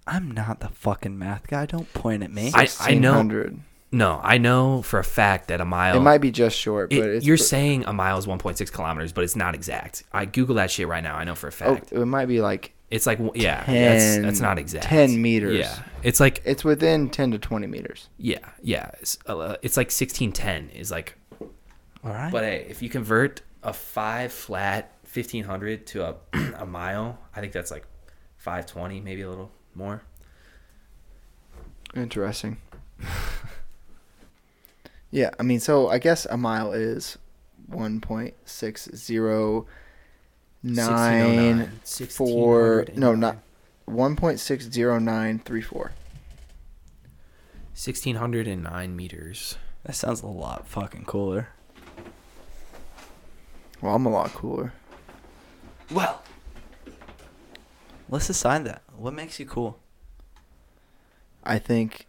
I'm not the fucking math guy. Don't point at me. I- I know. 1600. No, I know for a fact that a mile. It might be just short, It- but it's you're pr- saying a mile is 1.6 kilometers, but it's not exact. I Google that shit right now. I know for a oh, fact. it might be like it's like w- yeah, that's, 10 that's not exact. 10 meters. Yeah, it's like it's within 10 to 20 meters. yeah, yeah. It's, uh, it's like 1610 is like. All right. But hey, if you convert a five flat 1500 to a a mile, I think that's like 520, maybe a little more. Interesting. yeah, I mean, so I guess a mile is 1.609 four. No, not 1.60934. 1609 meters. That sounds a lot fucking cooler. Well, I'm a lot cooler. Well, let's decide that. What makes you cool? I think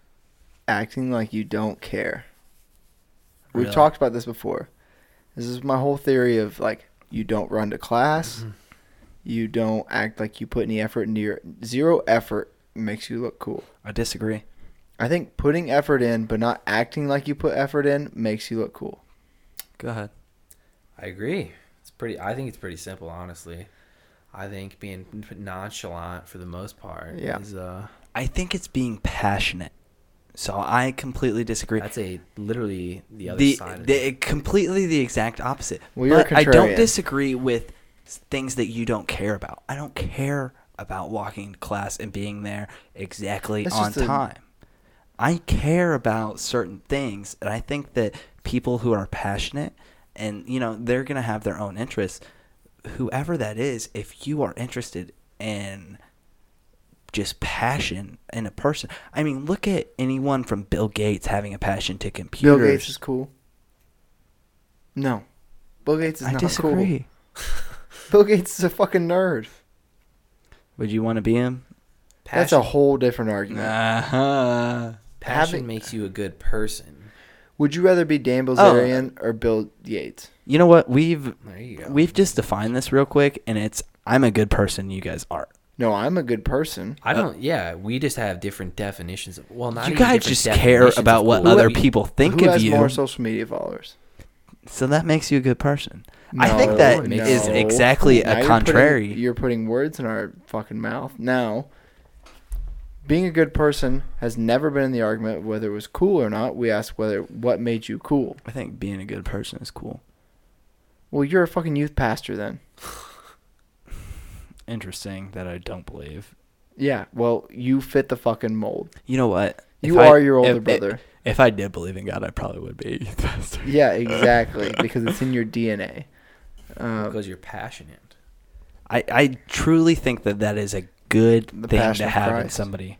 acting like you don't care. We've Really? talked about this before. This is my whole theory of like you don't run to class, Mm-hmm. you don't act like you put any effort into your zero effort makes you look cool. I disagree. I think putting effort in but not acting like you put effort in makes you look cool. Go ahead. I agree. It's pretty. I think it's pretty simple, honestly. I think being nonchalant for the most part Yeah. is uh I think it's being passionate. So I completely disagree. that's a literally the other the, side. Of the- it. completely the exact opposite. Well, you're a but I don't contrarian. disagree with s- things that you don't care about. I don't care about walking to class and being there exactly That's on just a- time. I care about certain things, and I think that people who are passionate and you know they're gonna have their own interests. Whoever that is, if you are interested in just passion in a person, I mean, look at anyone from Bill Gates having a passion to computers. Bill Gates is cool. No. Bill Gates is I not disagree. cool. Bill Gates is a fucking nerd. Would you want to be him? That's a whole different argument. Uh-huh. passion having- makes you a good person. Would you rather be Dan Oh. Bilzerian or Bill Yates? You know what? We've There you go. we've just defined this real quick, and it's I'm a good person. You guys aren't. No, I'm a good person. I don't. yeah, we just have different definitions of. Well, not uh, you even guys different just care definitions about of what cool. other We- people think Who of has you, more social media followers? so that makes you a good person. I think No, that no. is exactly Now a you're contrary. Putting, you're putting words in our fucking mouth. Now, being a good person has never been in the argument of whether it was cool or not. We asked whether what made you cool. I think being a good person is cool. Well, you're a fucking youth pastor then. Interesting that I don't believe. Yeah. Well, you fit the fucking mold. You know what? If You I- are your older if- brother. If I did believe in God, I probably would be a youth pastor. yeah, exactly. because it's in your DNA. uh, Um, because you're passionate. I, I truly think that that is a good The thing passion to of have in Christ. somebody.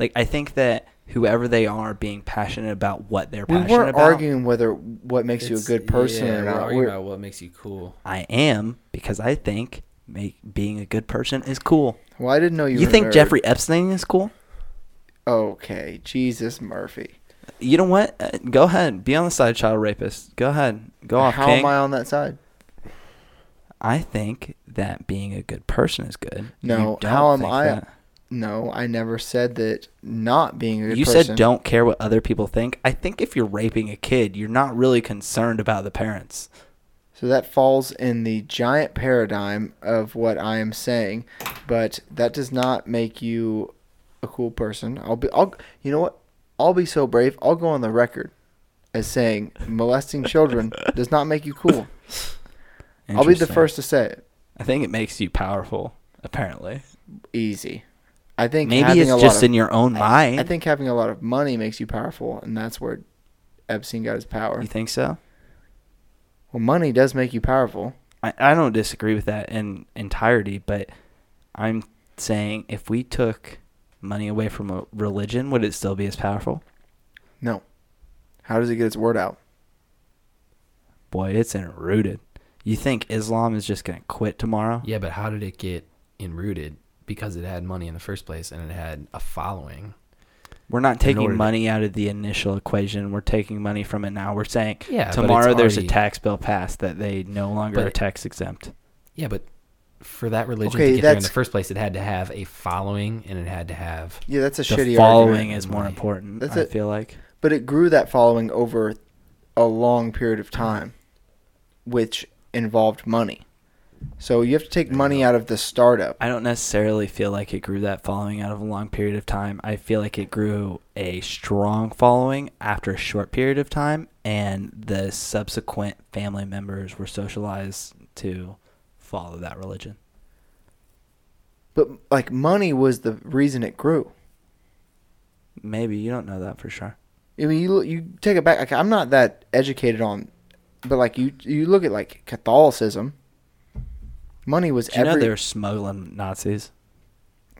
Like I think that whoever they are, being passionate about what they're we passionate weren't about, arguing whether what makes you a It's- good person yeah, or we're not. arguing We're- about what makes you cool. I am because I think make being a good person is cool. well, I didn't know you. You, were a think nerd. Jeffrey Epstein is cool? Okay, Jesus Murphy. You know what? Uh, Go ahead. Be on the side of child rapists. Go ahead. Go off, How King. am I I-, on that side? think that being a good person is good. No, You don't how am think I that. No, I never said that not being a good You person. said don't care what other people think. I think if you're raping a kid, you're not really concerned about the parents. So that falls in the giant paradigm of what I am saying, but that does not make you a cool person. I'll be I'll you know what? I'll be so brave. I'll go on the record as saying molesting children does not make you cool. I'll be the Interesting. first to say it. I think it makes you powerful. Apparently, Easy. I think maybe having a lot it's just of- in your own mind. I think having a lot of money makes you powerful, and that's where Epstein got his power. you think so. Well, money does make you powerful. I, I don't disagree with that in entirety, but I'm saying if we took money away from a religion, would it still be as powerful? No. How does it get its word out? Boy, it's enrooted. You think Islam is just going to quit tomorrow? Yeah, but how did it get enrooted? Because it had money in the first place and it had a following. We're not order taking to- money out of the initial equation. We're taking money from it now. We're saying Yeah, but it's tomorrow there's a already- tax bill passed that they no longer But- are tax exempt. Yeah, but for that religion Okay, to get there in that's- the first place, it had to have a following and it had to have. Yeah, that's a the shitty following argument. is more Right. important. That's I it. feel like But it grew that following over a long period of time, which involved money. So you have to take money out of the startup. I don't necessarily feel like it grew that following out of a long period of time. I feel like it grew a strong following after a short period of time, and the subsequent family members were socialized to follow that religion. But like money was the reason it grew. Maybe you don't know that for sure. I mean, you look- you take it back. Like, I'm not that educated on, but like you you look at like Catholicism. Money was Did you know every they were smuggling Nazis?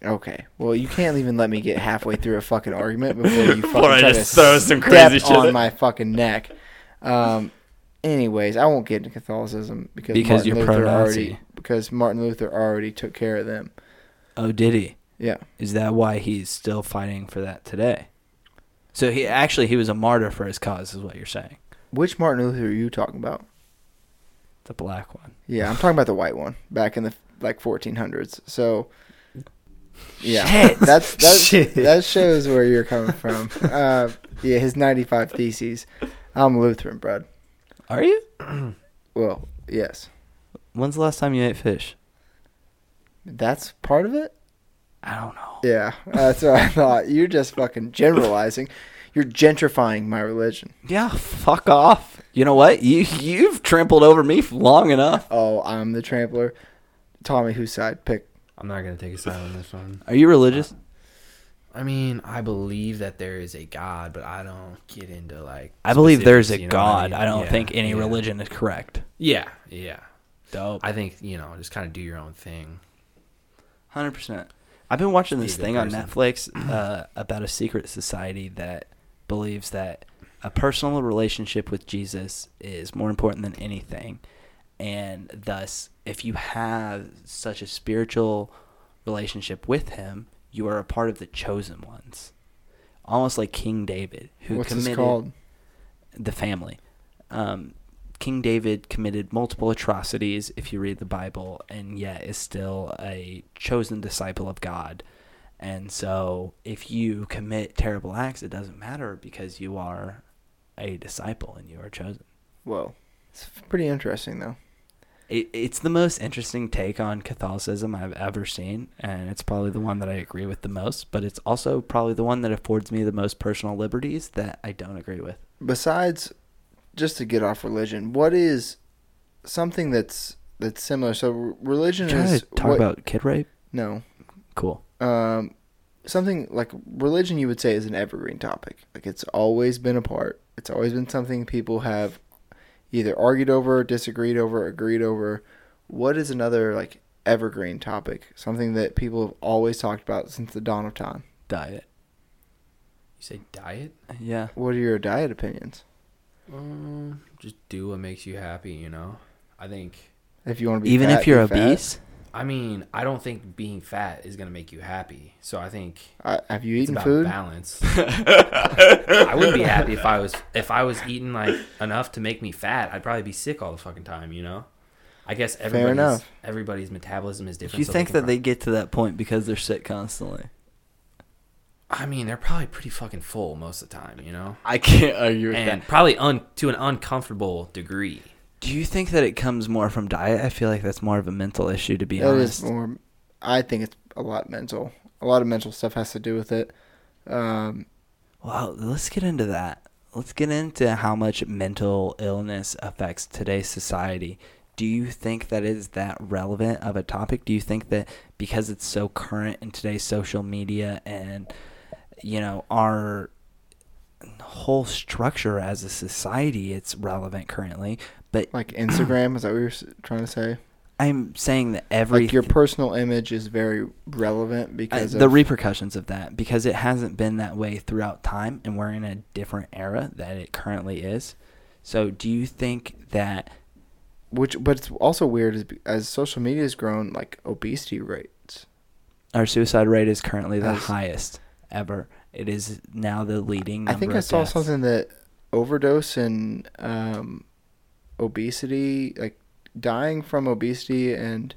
okay. Well, you can't even let me get halfway through a fucking argument before you fucking Before I try just to throw some step crazy shit on at- my fucking neck. Um, anyways, I won't get into Catholicism because Because you're pro-Nazi. already because Martin Luther already took care of them. Oh, did he? Yeah, Is that why he's still fighting for that today? So he actually he was a martyr for his cause, is what you're saying. which Martin Luther are you talking about? The black one. Yeah, I'm talking about the white one back in the like 1400s. So. Yeah, Shit. that's that's Shit. that shows where you're coming from. Uh, yeah, his 95 theses. I'm Lutheran, bud. Are you? Well, yes, When's the last time you ate fish? that's part of it. I don't know. Yeah, that's what I thought. You're just fucking generalizing. You're gentrifying my religion. Yeah, fuck off. You know what? You you've trampled over me long enough. Oh, I'm the trampler. Tommy, whose side? Pick. I'm not going to take a side on this one. Are you religious? I mean, I believe that there is a God, but I don't get into like. I believe there's a specifics, you know what God. mean? I don't Yeah, think any yeah. religion is correct. Yeah, yeah. Dope. I think you know, just kind of do your own thing. Hundred percent. I've been watching this Be a good thing on person. Netflix uh, about a secret society that believes that a personal relationship with Jesus is more important than anything, and thus, if you have such a spiritual relationship with Him, you are a part of the chosen ones, almost like King David, who What's committed this called? the family. Um, King David committed multiple atrocities, if you read the Bible, and yet is still a chosen disciple of God. And so, if you commit terrible acts, it doesn't matter because you are a disciple and you are chosen. Whoa. It's pretty interesting, though. It, it's the most interesting take on Catholicism I've ever seen, and it's probably the one that I agree with the most, but it's also probably the one that affords me the most personal liberties that I don't agree with. Besides, just to get off religion, what is something that's that's similar? So re- religion Trying is to talk what- about kid rape? no, Cool. um, something like religion. You would say is an evergreen topic. Like it's always been a part. It's always been something people have either argued over, disagreed over, agreed over. What is another like evergreen topic? Something that people have always talked about since the dawn of time. Diet. You say diet? Yeah. What are your diet opinions? Um, just do what makes you happy. You know, I think. If you want to be Even fat, if you're be fat. obese, I mean, I don't think being fat is gonna make you happy. So I think I, have you it's eaten about food? balance. I would be happy if I was if I was eating like enough to make me fat. I'd probably be sick all the fucking time. You know. I guess everybody's enough. everybody's metabolism is different. you so think can that prob- they get to that point because they're sick constantly? I mean, they're probably pretty fucking full most of the time. You know. I can't argue with and that. probably un- to an uncomfortable degree. Do you think that it comes more from diet? I feel like that's more of a mental issue, to be That is honest. more. I think it's a lot mental. A lot of mental stuff has to do with it. Um, Wow, let's get into that. Let's get into how much mental illness affects today's society. Do you think that is that relevant of a topic? Do you think that because it's so current in today's social media and you know our whole structure as a society, it's relevant currently? But like Instagram, is that what you're s- trying to say? I'm saying that every Like your personal image is very relevant I- because Uh, the of, repercussions of that because it hasn't been that way throughout time and we're in a different era that it currently is so do you think that which, but it's also weird is be- as social media has grown, like obesity rates. our suicide rate is currently the Yes. highest ever it is now the leading I number think of I saw deaths. something that overdose and um, obesity, like dying from obesity and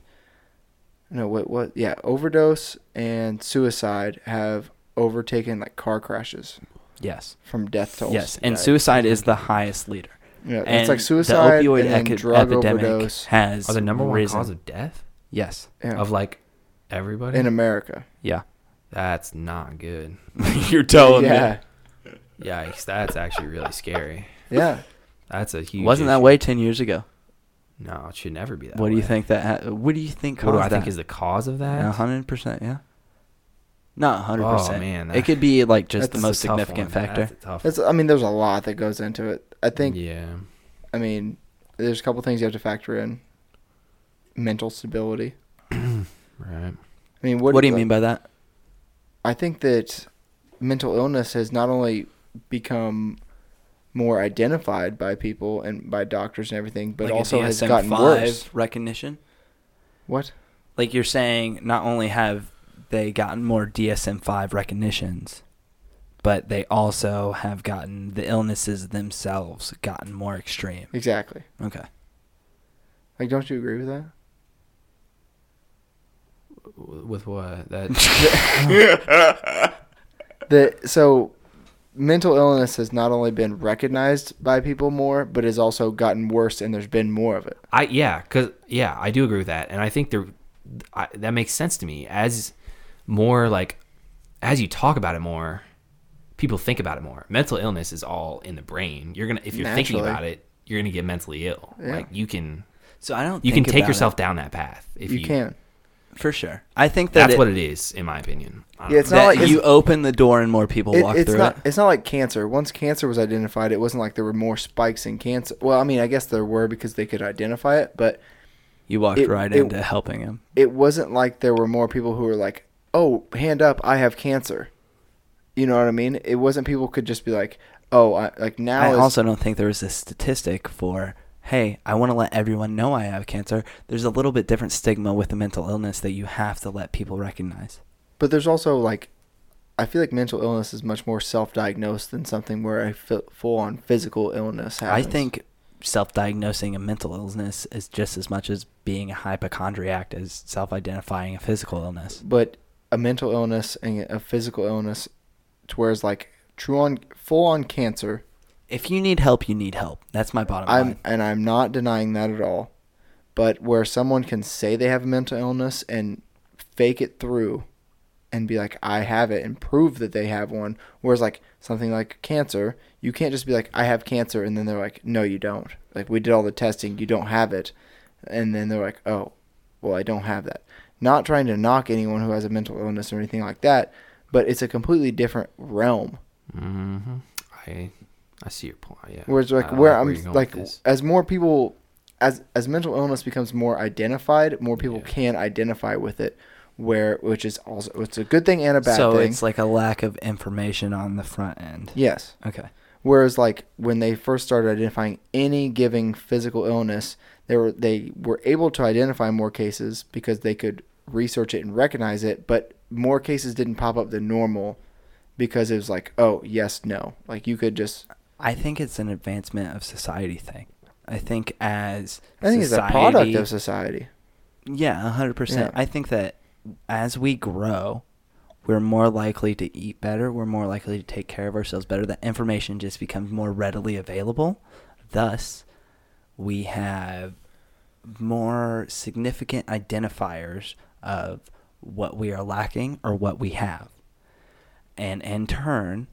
no, what, what? Yeah, overdose and suicide have overtaken like car crashes yes from death tolls. yes and suicide is the highest leader Yeah, and it's like suicide the opioid and then epi- drug epidemic overdose has Are the number one risen. cause of death yes yeah, of like everybody? in America. yeah that's not good. you're telling Yeah, Yikes, that's actually really scary. yeah. That's a huge. wasn't that issue. way 10 years ago No, it should never be that. what do you way. think that ha- what do you think What do caused I think that? is the cause of that? A hundred percent, yeah. Not a hundred Oh, percent. man, it that- could be like just the That's a most tough one. significant factor. That's a tough. That's. I mean, there's a lot that goes into it. I think. yeah. I mean, there's a couple things you have to factor in. Mental stability. I Right. mean, What, what, do you like, mean by that? I think that mental illness has not only become more identified by people and by doctors and everything, but Like a also has DSM-5 gotten worse. recognition. What? Like you're saying, not only have they gotten more DSM five recognitions, but they also have gotten the illnesses themselves gotten more extreme. Exactly. Okay. Like, don't you agree with that? W- With what that? That so, mental illness has not only been recognized by people more, but has also gotten worse, and there's been more of it. I yeah, cause yeah, I do agree with that, and I think there, I, that makes sense to me. As more like, as you talk about it more, people think about it more. Mental illness is all in the brain. You're gonna if you're thinking Naturally. about it, you're gonna get mentally ill. Like you can So I don't. you think can take about yourself down that path if You you, can. it, for sure. I think that That's it, what it is, in my opinion. I Yeah, don't it's know. not that like it's- you open the door and more people It, walk it's through not. it. It's not like cancer. Once cancer was identified, it wasn't like there were more spikes in cancer. Well, I mean, I guess there were because they could identify it, but You walked it- right it- into helping him. it wasn't like there were more people who were like, "Oh, hand up, I have cancer." You know what I mean? It wasn't people could just be like, "Oh, I, like now." I is, also don't think there was a statistic for, hey, I want to let everyone know I have cancer. There's a little bit different stigma with the mental illness that you have to let people recognize. but there's also like, I feel like mental illness is much more self-diagnosed than something where a fi- full-on physical illness happens. I think self diagnosing a mental illness is just as much as being a hypochondriac as self identifying a physical illness. but a mental illness and a physical illness, to where it's like true on full-on cancer. If you need help, you need help. That's my bottom I'm line. and I'm not denying that at all. But where someone can say they have a mental illness and fake it through and be like, I have it and prove that they have one. Whereas like something like cancer, you can't just be like, I have cancer and then they're like, No, you don't. Like we did all the testing, you don't have it and then they're like, Oh, well I don't have that. Not trying to knock anyone who has a mental illness or anything like that, but it's a completely different realm. Mhm. I I see your point. Yeah. Whereas I like don't where know I'm you're going with like this. as more people as as mental illness becomes more identified, more people can identify with it. Where which is also it's a good thing and a bad So thing. it's like a lack of information on the front end. yes, Okay. Whereas like when they first started identifying any giving physical illness, they were they were able to identify more cases because they could research it and recognize it, but more cases didn't pop up than normal because it was like, oh yes, no. Like you could just I think it's an advancement of society thing. I think as I think society, it's a product of society. yeah, hundred percent. Yeah. I think that as we grow, we're more likely to eat better. We're more likely to take care of ourselves better. That information just becomes more readily available. Thus, we have more significant identifiers of what we are lacking or what we have. And in turn,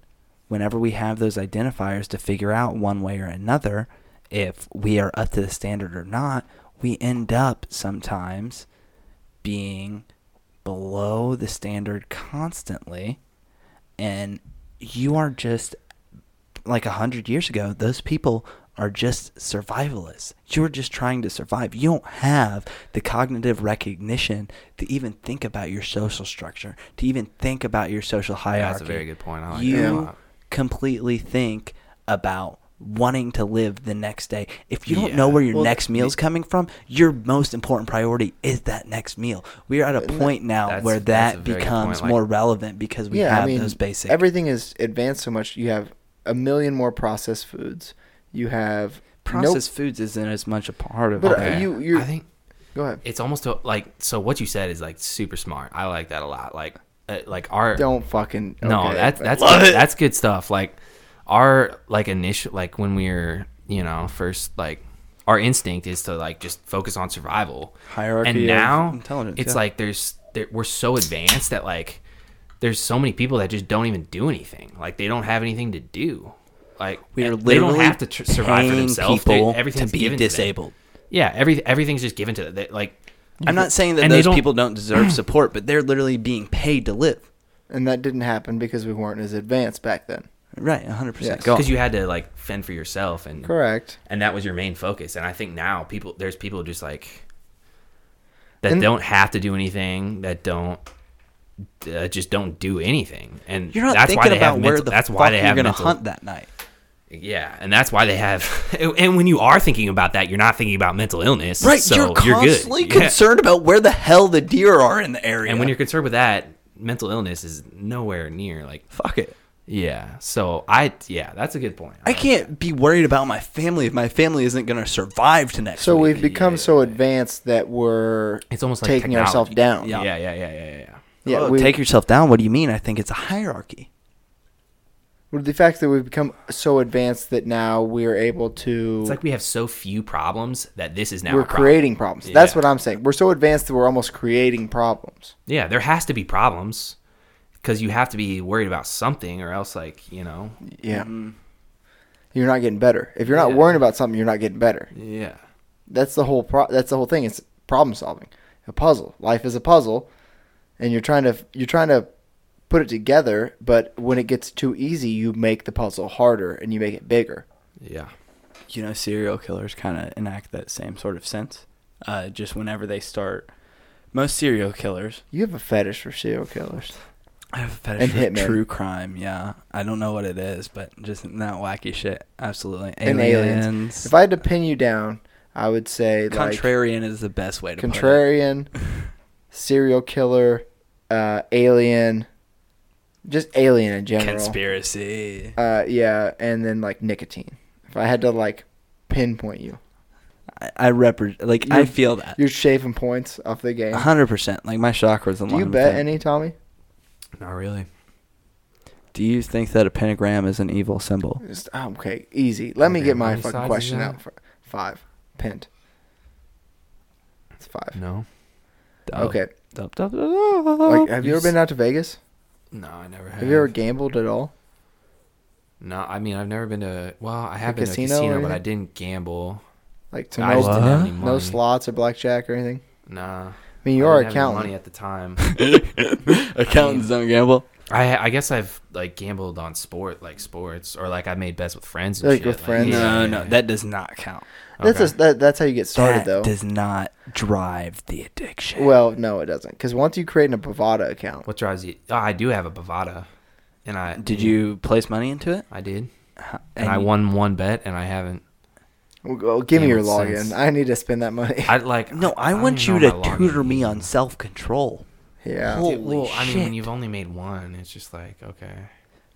whenever we have those identifiers to figure out one way or another if we are up to the standard or not, we end up sometimes being below the standard constantly. And you are just like a hundred years ago, those people are just survivalists. You're just trying to survive. You don't have the cognitive recognition to even think about your social structure, to even think about your social hierarchy. That's a very good point. I like you that a lot. completely think about wanting to live the next day. If you don't Yeah. know where your Well, next meal's coming from, your most important priority is that next meal. We are at a point now That's- where that's a that very good becomes point, like- more relevant because we yeah, have I mean, those basic everything is advanced so much. You have a million more processed foods. You have processed foods isn't as much a part of But, it. uh, you- you're- I think Nope, go ahead. it's almost a, like so. What you said is like super smart. I like that a lot. Like, uh, like our Don't fucking. no, okay. that's that's Love good, it. that's good stuff. Like our like initial like when we were you know first like our instinct is to like just focus on survival Hierarchy and of now intelligence, it's yeah. like there's there, we're so advanced that like there's so many people that just don't even do anything. Like they don't have anything to do. Like we are they literally don't have to tr- survive for paying themselves. They- People to everything's be given to them. disabled. Yeah, every everything's just given to them. They, like I'm not saying that And they those don't- people don't deserve support, but they're literally being paid to live. and that didn't happen because we weren't as advanced back then. Right, 100%. Yes. Go on. because you had to like fend for yourself and Correct. and that was your main focus. And I think now people there's people just like that And- don't have to do anything that don't uh, just don't do anything. And You're not that's why thinking they about have where mental, the that's fuck why they you're have going to mental- hunt that night. Yeah, and that's why they have. And when you are thinking about that, you're not thinking about mental illness. Right, so you're constantly good. Yeah. concerned about where the hell the deer are in the area. And when you're concerned with that, mental illness is nowhere near like. fuck it, Yeah, so I yeah, that's a good point. I can't be worried about my family if my family isn't going to survive to next So week. we've become so advanced that we're It's almost like taking ourselves technology. down. Yeah, yeah, yeah, yeah, yeah. yeah. yeah. Oh, we, take yourself down. What do you mean? I think it's a hierarchy. with the fact that we've become so advanced that now we're able to It's like we have so few problems that this is now we're a problem. creating problems. That's Yeah. what I'm saying. We're so advanced that we're almost creating problems. Yeah, there has to be problems because you have to be worried about something, or else like you know. Yeah. You're not getting better. If you're not Yeah. worrying about something, you're not getting better. Yeah. That's the whole pro- that's the whole thing. It's problem solving. A puzzle. Life is a puzzle and you're trying to you're trying to put it together, but when it gets too easy, you make the puzzle harder and you make it bigger. Yeah. You know, serial killers kind of enact that same sort of sense. Uh, just whenever they start, most serial killers. You have a fetish for serial killers. I have a And fetish for hitmen. true crime. Yeah, I don't know what it is, but just that wacky shit. Absolutely, And aliens. If I had to pin you down, I would say like contrarian is the best way to put it. contrarian, serial killer, uh, alien, just alien in general. Conspiracy. Uh, yeah, and then like nicotine. If I had to like pinpoint you, I, I represent. Like I You're- feel that. you're shaving points off the game. A hundred percent. Like my chakras aligned. Do you with bet that. any, Tommy? Not really. Do you think that a pentagram is an evil symbol? Just, oh, okay, easy. Let me Okay, get how my many sides fucking is question that? out. For five pinned. It's five. No. Oh. Okay. Dup, dup, dup, Like, dup. have you ever been out to Vegas? No, I never have. Have you ever gambled at all? No, I mean I've never been to. Well, I have A been to a casino or casino, but I anything? didn't gamble. Like, to I just no, didn't have any money. no slots or blackjack or anything? Nah. I mean, you are didn't have any Money accountant. at the time. Accountants don't gamble. I I guess I've like gambled on sport, like sports, or like I made bets with friends. And Like shit. with friends? yeah, No, yeah, no, yeah. that does not count. That's Okay. a, that, that's how you get started, that though. does not drive the addiction. Well, no, it doesn't. Because once you create an Bovada account, what drives you. Oh, I do have a Bovada, and I did you place money into it? I did. and, I won one bet, and I haven't. Well, go- give me Yeah, your makes login. sense. I need to spend that money. I like. No, I, don't want you know to my login tutor me email. on self control. yeah. Holy Dude, Oh, well, I mean, shit. when you've only made one, it's just like okay.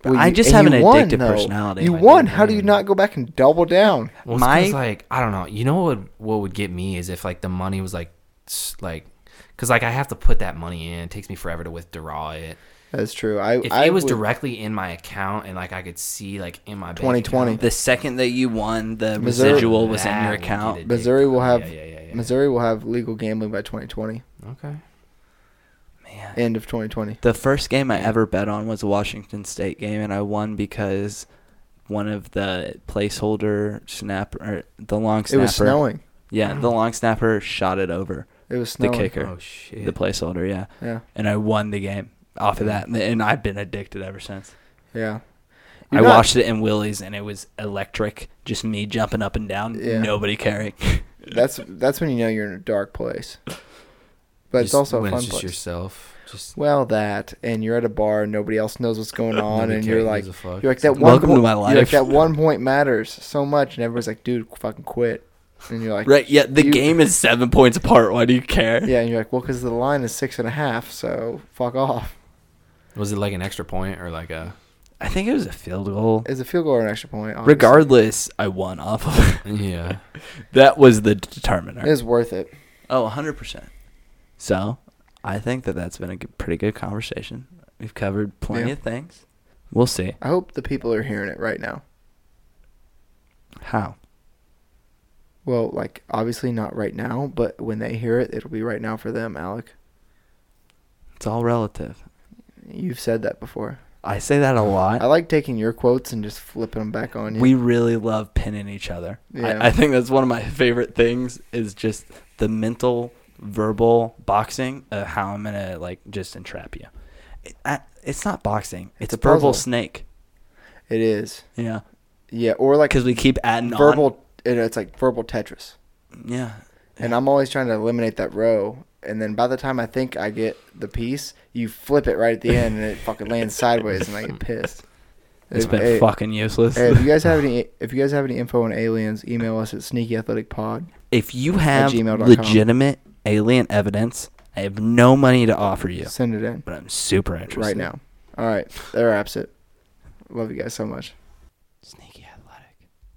Well, I you- just and have you an won, addictive though. personality. You I won. did How do you win. not go back and double down? Well, it's My- 'cause, like I don't know. You know what? Would, what would get me is if like the money was like s- like because like I have to put that money in. It takes me forever to withdraw it. That's true. I If I it was would- directly in my account and like I could see like in my bank 2020. account, The second that you won, the Missouri- residual was in that your would get account. it. Missouri will have Yeah, yeah, yeah, yeah. Missouri will have legal gambling by 2020. Okay. Man. End of 2020. The first game I ever bet on was a Washington State game, and I won because one of the placeholder snapper, the long It snapper. was snowing. Yeah, the long snapper shot it over It was the snowing. kicker, Oh shit. the placeholder. Yeah, Yeah. and I won the game off of that, and I've been addicted ever since. Yeah. I You're not- watched it in Willie's, and it was electric. Just me jumping up and down, Yeah. nobody caring. That's that's when you know you're in a dark place. But it's Just also a when fun it's just place. yourself. Just Well, that and you're at a bar, and nobody else knows what's going on, nobody and you're cares, like, gives a fuck. you're like that one. Welcome to point- my You're like life. that one point matters so much, and everybody's like, dude, fucking quit. And you're like, right? Yeah, the You- game is seven points apart. Why do you care? Yeah, and you're like, well, because the line is six and a half, so fuck off. Was it like an extra point or like a? I think it was a field goal. Is a field goal or an extra point? Honestly. Regardless, I won off of it. Yeah. That was the it determiner. is worth it. Oh, 100%. So, I think that that's been a good, pretty good conversation. We've covered plenty Yeah. of things. We'll see. I hope the people are hearing it right now. How? Well, like obviously not right now, but when they hear it, it'll be right now for them. Alec, It's all relative. you've said that before. I say that a lot. I like taking your quotes and just flipping them back on you. we really love pinning each other. Yeah. I, I think that's one of my favorite things is just the mental, verbal boxing of how I'm gonna like just entrap you. It, I, it's not boxing. It's It's, a a verbal puzzle. snake. it is. Yeah, Yeah, or like because we keep adding on- verbal. and It's like verbal Tetris, Yeah, and I'm always trying to eliminate that row. And then by the time I think I get the piece, you flip it right at the end, and it fucking lands sideways, and I get pissed. it's If- been hey, fucking useless. Hey, if you guys have any, if you guys have any info on aliens, email us at sneakyathleticpod. if you have gmail.com. legitimate alien evidence, I have no money to offer you, Send it in but I'm super interested right now. All right, that wraps it. Love you guys so much. Sneaky